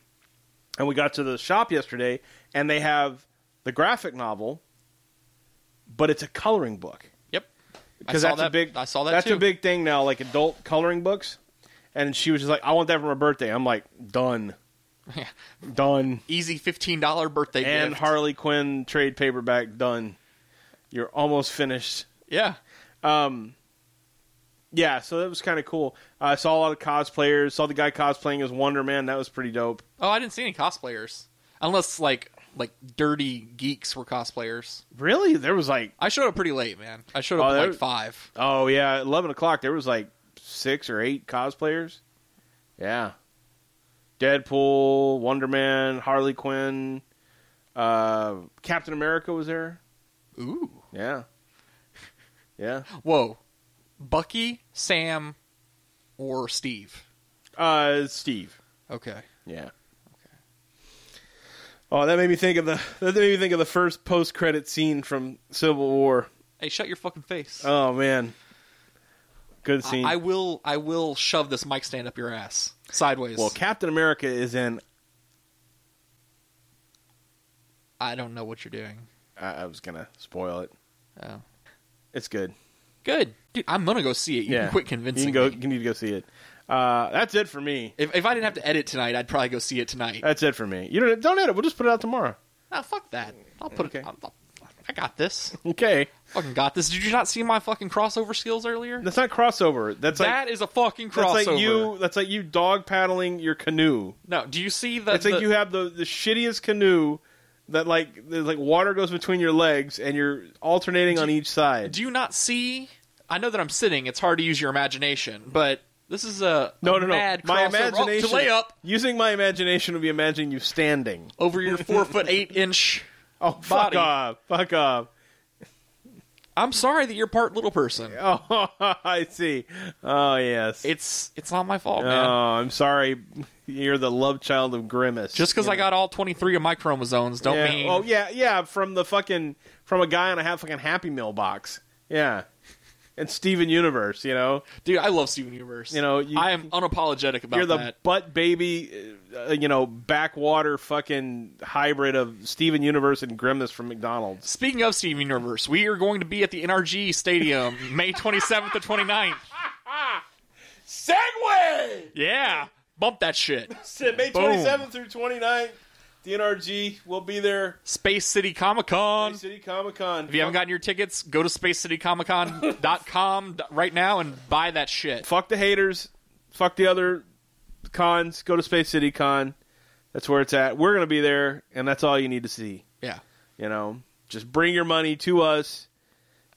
[SPEAKER 3] And we got to the shop yesterday, and they have the graphic novel, but it's a coloring book
[SPEAKER 4] Yep. I
[SPEAKER 3] because
[SPEAKER 4] saw
[SPEAKER 3] that's
[SPEAKER 4] that,
[SPEAKER 3] a big
[SPEAKER 4] I saw that.
[SPEAKER 3] that's
[SPEAKER 4] too.
[SPEAKER 3] a big thing now like adult coloring books and she was just like i want that for my birthday i'm like
[SPEAKER 4] *laughs*
[SPEAKER 3] done done
[SPEAKER 4] easy fifteen dollar birthday
[SPEAKER 3] and
[SPEAKER 4] gift.
[SPEAKER 3] harley quinn trade paperback done you're almost finished
[SPEAKER 4] Yeah.
[SPEAKER 3] yeah so that was kind of cool i saw a lot of cosplayers saw the guy cosplaying as wonder man that was pretty dope
[SPEAKER 4] Oh, I didn't see any cosplayers, unless like like dirty geeks were cosplayers.
[SPEAKER 3] really there was like
[SPEAKER 4] I showed up pretty late, man. I showed up
[SPEAKER 3] Oh,
[SPEAKER 4] at,
[SPEAKER 3] there-
[SPEAKER 4] like five.
[SPEAKER 3] oh yeah at 11 o'clock there was like six or eight cosplayers yeah deadpool wonder man harley quinn uh, captain america was there
[SPEAKER 4] Ooh.
[SPEAKER 3] Yeah. *laughs* Yeah.
[SPEAKER 4] Whoa. Bucky, Sam, or Steve?
[SPEAKER 3] Uh, Steve.
[SPEAKER 4] Okay.
[SPEAKER 3] Yeah. Oh, that made me think of the that made me think of the first post credit scene from Civil War.
[SPEAKER 4] Hey, shut your fucking face.
[SPEAKER 3] Oh man, good
[SPEAKER 4] I,
[SPEAKER 3] scene.
[SPEAKER 4] I will. I will shove this mic stand up your ass sideways.
[SPEAKER 3] well, Captain America is in.
[SPEAKER 4] I don't know what you're doing.
[SPEAKER 3] I, I was gonna spoil it.
[SPEAKER 4] Oh.
[SPEAKER 3] It's good.
[SPEAKER 4] Good. Dude, I'm going to go see it. You
[SPEAKER 3] yeah,
[SPEAKER 4] can quit convincing
[SPEAKER 3] You, can go,
[SPEAKER 4] me.
[SPEAKER 3] you need to go see it. Uh, that's it for me.
[SPEAKER 4] If, if I didn't have to edit tonight, I'd probably go see it tonight.
[SPEAKER 3] That's it for me. You don't don't edit. We'll just put it out tomorrow.
[SPEAKER 4] Ah, fuck that. I'll put
[SPEAKER 3] Okay.
[SPEAKER 4] it. I'll, I'll- I got this.
[SPEAKER 3] Okay,
[SPEAKER 4] fucking got this. Did you not see my fucking crossover skills earlier?
[SPEAKER 3] that's not crossover. That's like
[SPEAKER 4] That is a fucking
[SPEAKER 3] that's
[SPEAKER 4] crossover.
[SPEAKER 3] like you. That's like you dog paddling your canoe.
[SPEAKER 4] No, do you see the?
[SPEAKER 3] It's like
[SPEAKER 4] the-
[SPEAKER 3] you have the the shittiest canoe that like there's like water goes between your legs and you're alternating on each side.
[SPEAKER 4] Do you not see? I know that I'm sitting. It's hard to use your imagination, but this is a
[SPEAKER 3] no,
[SPEAKER 4] a
[SPEAKER 3] no, no.
[SPEAKER 4] mad
[SPEAKER 3] my
[SPEAKER 4] crossover. Oh,
[SPEAKER 3] imagination.
[SPEAKER 4] to lay up
[SPEAKER 3] Using my imagination would be imagining you standing.
[SPEAKER 4] over your
[SPEAKER 3] *laughs*
[SPEAKER 4] four foot eight inch.
[SPEAKER 3] Oh, fuck
[SPEAKER 4] Body.
[SPEAKER 3] off! Fuck off! *laughs*
[SPEAKER 4] I'm sorry that you're part little person.
[SPEAKER 3] Oh, I see. Oh, yes.
[SPEAKER 4] It's it's not my fault,
[SPEAKER 3] oh,
[SPEAKER 4] man.
[SPEAKER 3] I'm sorry. You're the love child of grimace.
[SPEAKER 4] Just because I got all 23 of my chromosomes, don't
[SPEAKER 3] Yeah.
[SPEAKER 4] mean
[SPEAKER 3] Oh yeah, yeah. From the fucking from a guy on a half fucking Happy Meal box. Yeah, and Steven Universe. You know,
[SPEAKER 4] dude. I love Steven Universe.
[SPEAKER 3] You know, you-
[SPEAKER 4] I am unapologetic about
[SPEAKER 3] you're the
[SPEAKER 4] that.
[SPEAKER 3] butt baby. Uh, you know, backwater fucking hybrid of Steven Universe and Grimace from McDonald's.
[SPEAKER 4] Speaking of Steven Universe, we are going to be at the NRG Stadium *laughs* May 27th to 29th.
[SPEAKER 3] Segway.
[SPEAKER 4] Yeah, bump that shit.
[SPEAKER 3] May
[SPEAKER 4] Boom.
[SPEAKER 3] 27th through 29th, DNRG will be there.
[SPEAKER 4] Space City Comic Con.
[SPEAKER 3] Bay City Comic Con.
[SPEAKER 4] If you haven't gotten your tickets, go to spacecitycomiccon.com *laughs* right now and buy that shit.
[SPEAKER 3] fuck the haters, fuck the other cons. Go to Space City Con. That's where it's at. We're gonna be there, and that's all you need to see.
[SPEAKER 4] Yeah.
[SPEAKER 3] You know, just bring your money to us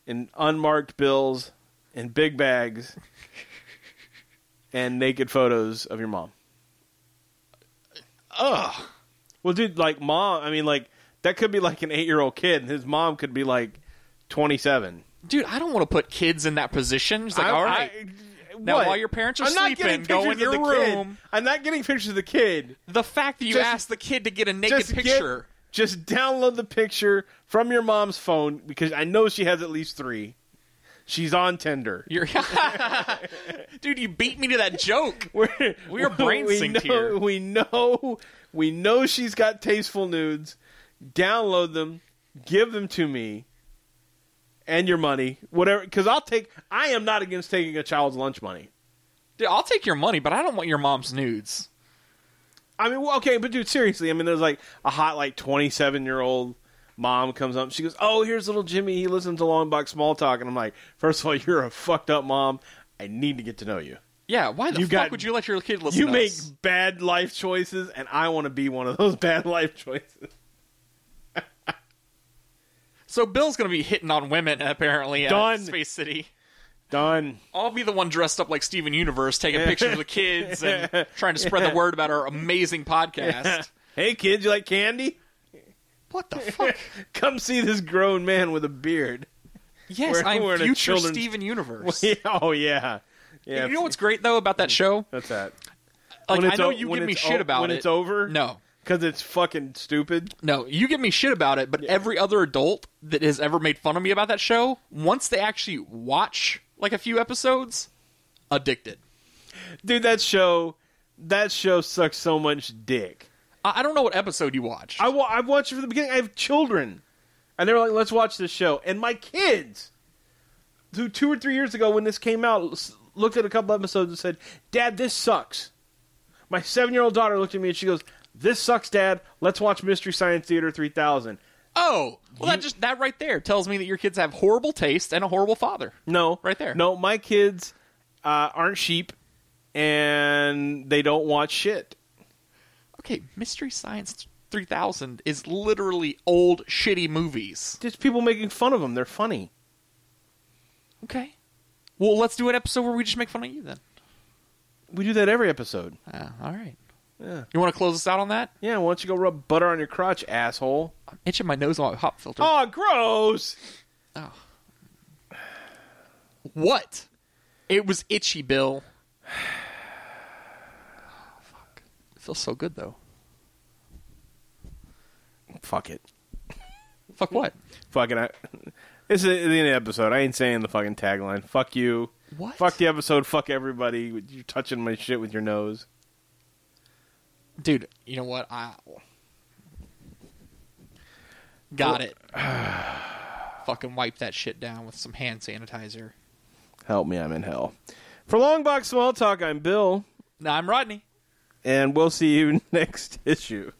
[SPEAKER 3] in unmarked bills and big bags and naked photos of your mom.
[SPEAKER 4] Ugh.
[SPEAKER 3] Well, dude, like mom. I mean, like that could be like an eight-year-old kid, and his mom could be like twenty-seven.
[SPEAKER 4] Dude, I don't want to put kids in that position. It's like,
[SPEAKER 3] I-
[SPEAKER 4] all right.
[SPEAKER 3] I-
[SPEAKER 4] Now,
[SPEAKER 3] what?
[SPEAKER 4] while your parents are
[SPEAKER 3] I'm not getting
[SPEAKER 4] sleeping, go
[SPEAKER 3] pictures
[SPEAKER 4] in
[SPEAKER 3] of
[SPEAKER 4] your
[SPEAKER 3] the kid.
[SPEAKER 4] room.
[SPEAKER 3] I'm not getting pictures of the kid.
[SPEAKER 4] the fact that you
[SPEAKER 3] Just-
[SPEAKER 4] asked the kid to get a naked
[SPEAKER 3] just get-
[SPEAKER 4] picture.
[SPEAKER 3] just download the picture from your mom's phone because I know she has at least three. She's on Tinder. *laughs*
[SPEAKER 4] You're, dude, you beat me to that joke.
[SPEAKER 3] We're,
[SPEAKER 4] *laughs* We are brain
[SPEAKER 3] we
[SPEAKER 4] synced
[SPEAKER 3] know,
[SPEAKER 4] here.
[SPEAKER 3] We know, we know she's got tasteful nudes. Download them, give them to me, and your money, whatever. Because I'll take. I am not against taking a child's lunch money.
[SPEAKER 4] Dude, I'll take your money, but I don't want your mom's nudes.
[SPEAKER 3] I mean, well, okay, but dude, seriously, I mean, there's like a hot, like, 27 year old mom comes up. She goes, "Oh, here's little Jimmy. He listens to long box small talk." And I'm like, first of all, *laughs* you're a fucked up mom. I need to get to know you.
[SPEAKER 4] Yeah, why the
[SPEAKER 3] You
[SPEAKER 4] fuck
[SPEAKER 3] got-
[SPEAKER 4] would you let your kid listen
[SPEAKER 3] You
[SPEAKER 4] to
[SPEAKER 3] make
[SPEAKER 4] us?
[SPEAKER 3] bad life choices, and I want to be one of those *laughs* bad life choices.
[SPEAKER 4] So Bill's going to be hitting on women, apparently, at
[SPEAKER 3] Done.
[SPEAKER 4] Space City.
[SPEAKER 3] Done.
[SPEAKER 4] I'll be the one dressed up like Steven Universe, taking pictures of the
[SPEAKER 3] *laughs*
[SPEAKER 4] kids and trying to spread the word about our amazing podcast.
[SPEAKER 3] Hey, kids, you like candy? *laughs*
[SPEAKER 4] What the fuck?
[SPEAKER 3] Come see this grown man with a
[SPEAKER 4] *laughs*
[SPEAKER 3] beard.
[SPEAKER 4] Yes,
[SPEAKER 3] We're-
[SPEAKER 4] I'm
[SPEAKER 3] we're in a
[SPEAKER 4] future
[SPEAKER 3] children's-
[SPEAKER 4] Steven Universe.
[SPEAKER 3] Yeah, *laughs* oh yeah, yeah.
[SPEAKER 4] You know what's great though about that show?
[SPEAKER 3] *laughs* that's that.
[SPEAKER 4] Like
[SPEAKER 3] When
[SPEAKER 4] I
[SPEAKER 3] it's
[SPEAKER 4] know
[SPEAKER 3] o-
[SPEAKER 4] you
[SPEAKER 3] when
[SPEAKER 4] give me
[SPEAKER 3] it's
[SPEAKER 4] shit
[SPEAKER 3] o-
[SPEAKER 4] about
[SPEAKER 3] when
[SPEAKER 4] it.
[SPEAKER 3] it's over?
[SPEAKER 4] No,
[SPEAKER 3] Because it's fucking stupid.
[SPEAKER 4] no, you give me shit about it. But every other adult that has ever made fun of me about that show, once they actually watch like a few episodes, addicted.
[SPEAKER 3] dude that show that show sucks so much dick
[SPEAKER 4] I, I don't know what episode you watched.
[SPEAKER 3] I, wa- I watched it from the beginning i have children and they were like let's watch this show and my kids who two or three years ago when this came out s- looked at a couple episodes and said dad this sucks my seven year old daughter looked at me and she goes this sucks dad let's watch mystery science theater 3000
[SPEAKER 4] oh, well, that just that right there tells me that your kids have horrible taste and a horrible father.
[SPEAKER 3] no
[SPEAKER 4] Right there.
[SPEAKER 3] no my kids uh, aren't sheep and they don't watch shit
[SPEAKER 4] Okay, Mystery Science 3000 is literally old shitty movies.
[SPEAKER 3] just people making fun of them they're funny
[SPEAKER 4] Okay. Well, let's do an episode where we just make fun of you then.
[SPEAKER 3] we do that every episode
[SPEAKER 4] Uh, all right.
[SPEAKER 3] Yeah.
[SPEAKER 4] You want to close us out on that?
[SPEAKER 3] Yeah, why don't you go rub butter on your crotch, asshole?
[SPEAKER 4] I'm itching my nose on my hop filter. Ah.
[SPEAKER 3] Oh, gross!
[SPEAKER 4] What? It was itchy, Bill. *sighs* Oh, fuck. It feels so good though.
[SPEAKER 3] Fuck it.
[SPEAKER 4] Fuck what?
[SPEAKER 3] Fuck it. I, *laughs* this is the end of the episode. I ain't saying the fucking tagline. Fuck you.
[SPEAKER 4] What?
[SPEAKER 3] Fuck the episode. Fuck everybody. You're touching my shit with your nose.
[SPEAKER 4] Dude, you know what? I Got *sighs* it. Fucking wipe that shit down with some hand sanitizer.
[SPEAKER 3] Help me, I'm in hell. For Long Box Small Talk, I'm Bill,
[SPEAKER 4] Now I'm Rodney.
[SPEAKER 3] and we'll see you *laughs* next issue.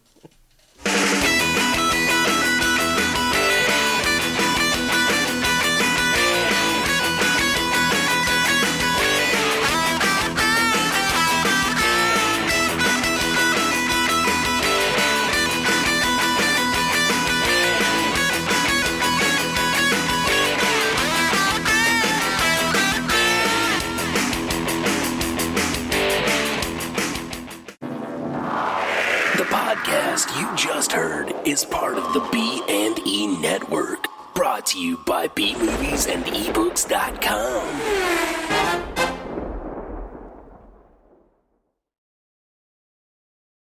[SPEAKER 1] The podcast you just heard is part of the B and E network, brought to you by bmoviesandebooks.com.